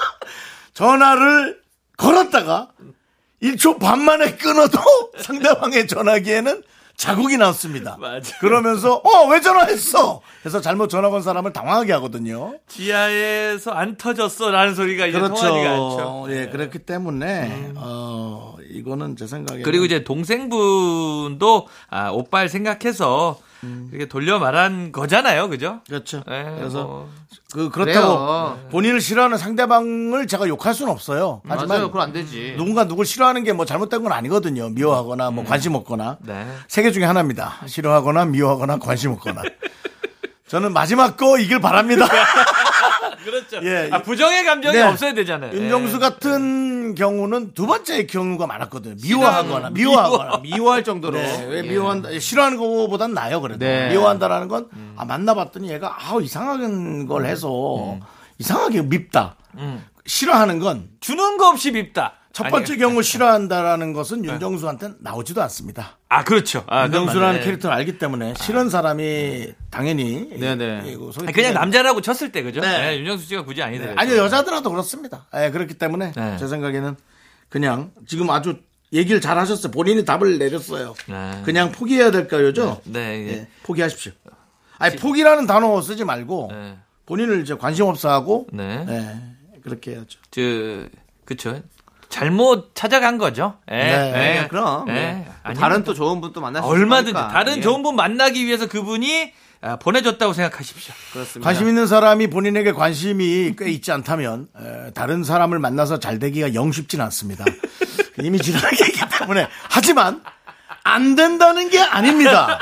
F: 전화를 걸었다가 1초 반 만에 끊어도 상대방의 전화기에는 자국이 났습니다.
G: 맞아.
F: 그러면서 어 왜 전화했어? 해서 잘못 전화 건 사람을 당황하게 하거든요.
G: 지하에서 안 터졌어라는 소리가
A: 그렇죠.
G: 이제 통하지가 않죠. 네. 음.
F: 그렇죠. 예, 그렇기 때문에 어 이거는 제 생각에
G: 그리고 이제 동생분도 아, 오빠를 생각해서 이렇게 돌려 말한 거잖아요, 그죠?
A: 그렇죠.
G: 예,
A: 음. 그래서
G: 뭐,
A: 그 그렇다고
B: 그래요.
A: 본인을 싫어하는 상대방을 제가 욕할 수는 없어요.
G: 음,
A: 하지만
B: 맞아요. 그건 안 되지.
A: 누군가 누굴 싫어하는 게 뭐 잘못된 건 아니거든요. 미워하거나 뭐 관심 없거나
G: 음. 네.
A: 세 개 중에 하나입니다. 싫어하거나 미워하거나 관심 없거나. 저는 마지막 거 이길 바랍니다.
G: 그렇죠.
A: 예,
G: 아, 부정의 감정이
A: 네.
G: 없어야 되잖아요.
A: 윤정수
G: 예.
A: 같은 경우는 두 번째 경우가 많았거든요. 미워하거나 미워하거나
B: 미워할 정도로.
A: 네, 왜
B: 예.
A: 미워한다? 싫어하는 거보단 나요, 그래도.
B: 네.
A: 미워한다라는 건, 아, 만나봤더니 얘가, 아 이상한 걸 해서,
B: 음.
A: 이상하게 밉다. 싫어하는 건,
G: 주는 거 없이 밉다.
A: 첫 번째
G: 아니,
A: 경우 싫어한다라는 것은 윤정수한테는 나오지도 않습니다.
G: 아, 그렇죠. 아, 그건
A: 윤정수라는
G: 맞네.
A: 캐릭터를 알기 때문에, 싫은 사람이 당연히.
B: 아. 네네.
A: 이- 이거
G: 아니,
A: 소개팅에-
G: 그냥 남자라고 쳤을 때, 그죠?
A: 네.
G: 예, 윤정수 씨가 굳이 아니더라도.
A: 아니요, 여자들라도 그렇습니다. 예, 그렇기 때문에,
G: 네.
A: 제 생각에는, 그냥, 지금 아주 얘기를 잘 하셨어요. 본인이 답을 내렸어요.
G: 네.
A: 그냥 포기해야 될까요, 죠
G: 네, 예.
A: 예, 포기하십시오. 아니 포기라는 단어 쓰지 말고
G: 네.
A: 본인을 이제 관심 없어 하고
G: 네.
A: 예, 그렇게 해야죠.
G: 저, 그쵸. 잘못 찾아간 거죠. 예.
A: 네,
G: 예.
B: 그럼.
G: 예.
B: 네.
G: 아니면
B: 다른 또 좋은 분 또 만날 수
G: 얼마든지
B: 있으니까.
G: 다른
B: 예.
G: 좋은 분 만나기 위해서 그분이 아, 보내줬다고 생각하십시오.
B: 그렇습니다.
A: 관심 있는 사람이 본인에게 관심이 꽤 있지 않다면 에, 다른 사람을 만나서 잘 되기가 영 쉽진 않습니다. 이미 지나가기 때문에 하지만 안 된다는 게 아닙니다.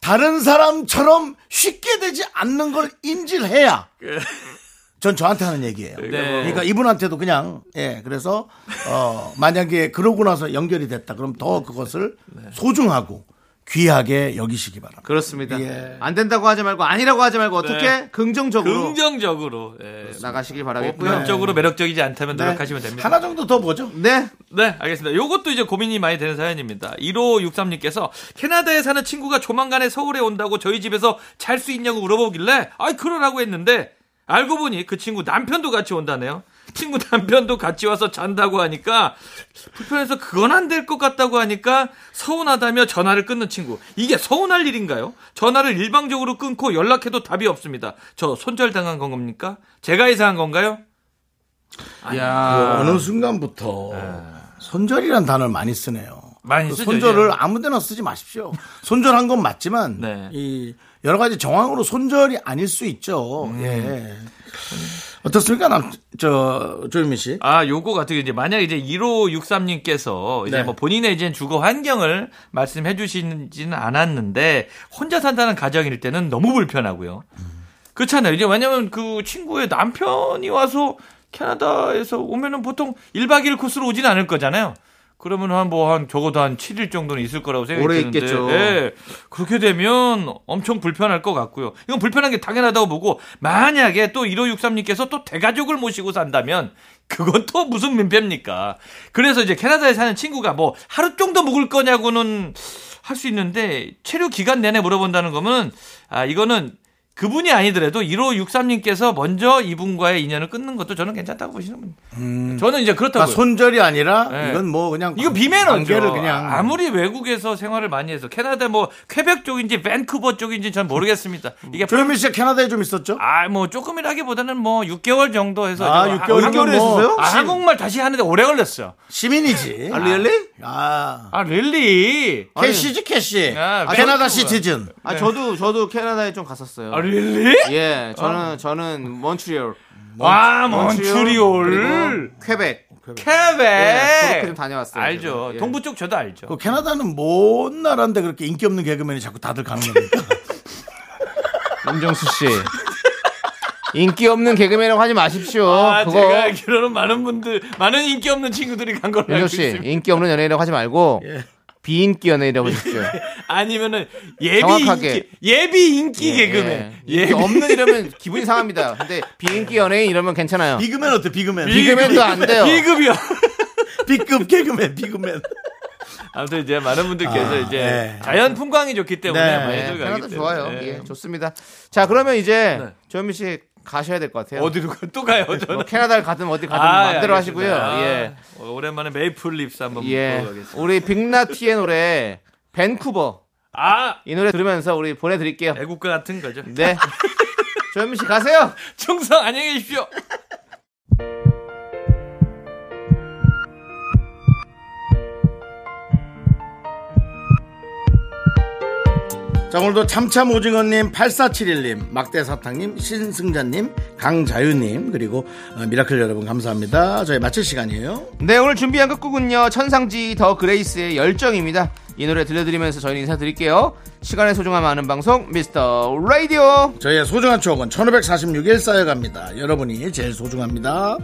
A: 다른 사람처럼 쉽게 되지 않는 걸 인지를 해야. 전 저한테 하는 얘기예요.
B: 네,
A: 그러니까 이분한테도 그냥 예 그래서 어 만약에 그러고 나서 연결이 됐다 그럼 더 그것을 소중하고 귀하게 여기시기 바랍니다.
B: 네. 그렇습니다.
A: 예.
B: 안 된다고 하지 말고 아니라고 하지 말고 어떻게
A: 네.
B: 긍정적으로
G: 긍정적으로. 예.
B: 나가시길 바라겠고요.
G: 긍정적으로 매력적이지 않다면
A: 네.
G: 노력하시면 됩니다.
A: 하나 정도 더 보죠.
B: 네.
G: 네, 알겠습니다. 요것도 이제 고민이 많이 되는 사연입니다. 1563님께서 캐나다에 사는 친구가 조만간에 서울에 온다고 저희 집에서 잘 수 있냐고 물어보길래 아이 그러라고 했는데 알고 보니 그 친구 남편도 같이 온다네요. 친구 남편도 같이 와서 잔다고 하니까 불편해서 그건 안 될 것 같다고 하니까 서운하다며 전화를 끊는 친구. 이게 서운할 일인가요? 전화를 일방적으로 끊고 연락해도 답이 없습니다. 저 손절당한 건 겁니까? 제가 이상한 건가요?
A: 그 어느 순간부터 손절이란 단어를 많이 쓰네요.
G: 많이
A: 그
G: 쓰죠,
A: 손절을
G: 예.
A: 아무데나 쓰지 마십시오. 손절한 건 맞지만
G: 네.
A: 이 여러 가지 정황으로 손절이 아닐 수 있죠.
G: 음.
A: 예. 어떻습니까, 남저 조윤미 씨?
G: 아, 요거 같은 게 이제 만약 이제 1563님께서 이제
A: 네.
G: 뭐 본인의 이제 주거 환경을 말씀해 주시지는 않았는데 혼자 산다는 가정일 때는 너무 불편하고요. 그렇잖아요. 이제 왜냐면 그 친구의 남편이 와서 캐나다에서 오면은 보통 1박 2일 코스로 오진 않을 거잖아요. 그러면 한 뭐 한 적어도 한 7일 정도는 있을 거라고 생각이
B: 오래
G: 드는데
B: 있겠죠.
G: 예. 그렇게 되면 엄청 불편할 것 같고요. 이건 불편한 게 당연하다고 보고 만약에 또 1563님께서 또 대가족을 모시고 산다면 그건 또 무슨 민폐입니까? 그래서 이제 캐나다에 사는 친구가 뭐 하루 정도 묵을 거냐고는 할 수 있는데 체류 기간 내내 물어본다는 거면 아 이거는 그분이 아니더라도 1563님께서 먼저 이분과의 인연을 끊는 것도 저는 괜찮다고 보시는 분. 저는 이제
A: 그러니까
G: 그렇다고요.
A: 손절이 아니라
G: 예.
A: 이건 뭐 그냥
G: 이거 비매너죠.
A: 관계를 그냥
G: 아무리 외국에서 생활을 많이 해서 캐나다 뭐 쾌백 쪽인지 밴쿠버 쪽인지 전 모르겠습니다.
A: 음.
G: 이게
A: 조현미 씨가 캐나다에 좀 있었죠?
G: 아 뭐 조금이라기보다는 뭐 6개월 정도 해서
A: 아,
G: 좀 한-
A: 6개월이면 뭐
G: 한국에 있었어요? 아, 한국말 다시 하는데 오래 걸렸어.
A: 시민이지.
B: 아, 리얼리?
A: 아,
G: 아 릴리.
A: 캐시지 캐시.
G: 아,
A: 캐나다
B: 아,
A: 시티즌.
B: 아 저도 저도 캐나다에 좀 갔었어요.
G: 아 릴리?
B: 예, 저는
G: 어.
B: 저는 몬트리올,
G: 와
B: 그리고
G: 몬트리올.
B: 퀘벡,
G: 쾌백.
B: 예, 그렇게 좀 다녀왔어요.
G: 네. 알죠.
B: 제가. 예.
G: 동부 쪽 저도 알죠.
A: 그 캐나다는 뭔 나라인데 그렇게 인기 없는 개그맨이 자꾸 다들 가는 겁니까?
B: 남정수 씨. 인기 없는 개그맨이라고 하지 마십시오.
G: 아,
B: 그거
G: 제가 알기로는 많은 분들, 많은 인기 없는 친구들이 간 걸로 알고
B: 윤정 씨
G: 있습니다.
B: 인기 없는 연예인이라고 하지 말고 비인기 연예인이라고 하십시오.
G: 아니면은 예비
B: 정확하게.
G: 인기, 예비 인기 개그맨.
B: 예. 인기 없는 이러면 기분이 상합니다. 근데 비인기 연예인 이러면 괜찮아요.
A: 비그맨 어때? 비그맨.
B: 비그맨도 안 돼요.
G: B급이요.
A: B급 개그맨, 비그맨.
G: 아무튼 이제 많은 분들께서 이제
B: 예.
A: 네.
G: 자연 풍광이 좋기 때문에 뭐
A: 네.
G: 많이들 가기
B: 캐나다
G: 때문에.
B: 좋아요.
G: 예.
B: 예, 좋습니다. 자, 그러면 이제
G: 네.
B: 조현미 씨 가셔야 될 것 같아요.
G: 어디로 가- 또 가요,
B: 뭐
G: 저는.
B: 캐나다를 가든 어디 가든
G: 아,
B: 마음대로
G: 예,
B: 하시고요.
G: 알겠습니다. 아,
B: 예.
G: 오랜만에 메이플 립스 한번
B: 예.
G: 먹어보겠습니다.
B: 우리 빅나티의 노래 밴쿠버
G: 아,
B: 이 노래 들으면서 우리 보내 드릴게요.
G: 애국가 같은 거죠.
B: 네. 조현미 씨 가세요.
G: 충성 안녕히 계십시오.
A: 자, 오늘도 참참 오징어님, 8471님, 막대사탕님, 신승자님, 강자유님, 그리고 어, 미라클 여러분 감사합니다. 저희 마칠 시간이에요.
B: 네 오늘 준비한 끝곡은요 천상지 더 그레이스의 열정입니다 이 노래 들려드리면서 저희는 인사드릴게요 시간의 소중함 아는 방송 미스터 라디오
A: 저희의 소중한 추억은 1546일 쌓여갑니다. 여러분이 제일 소중합니다.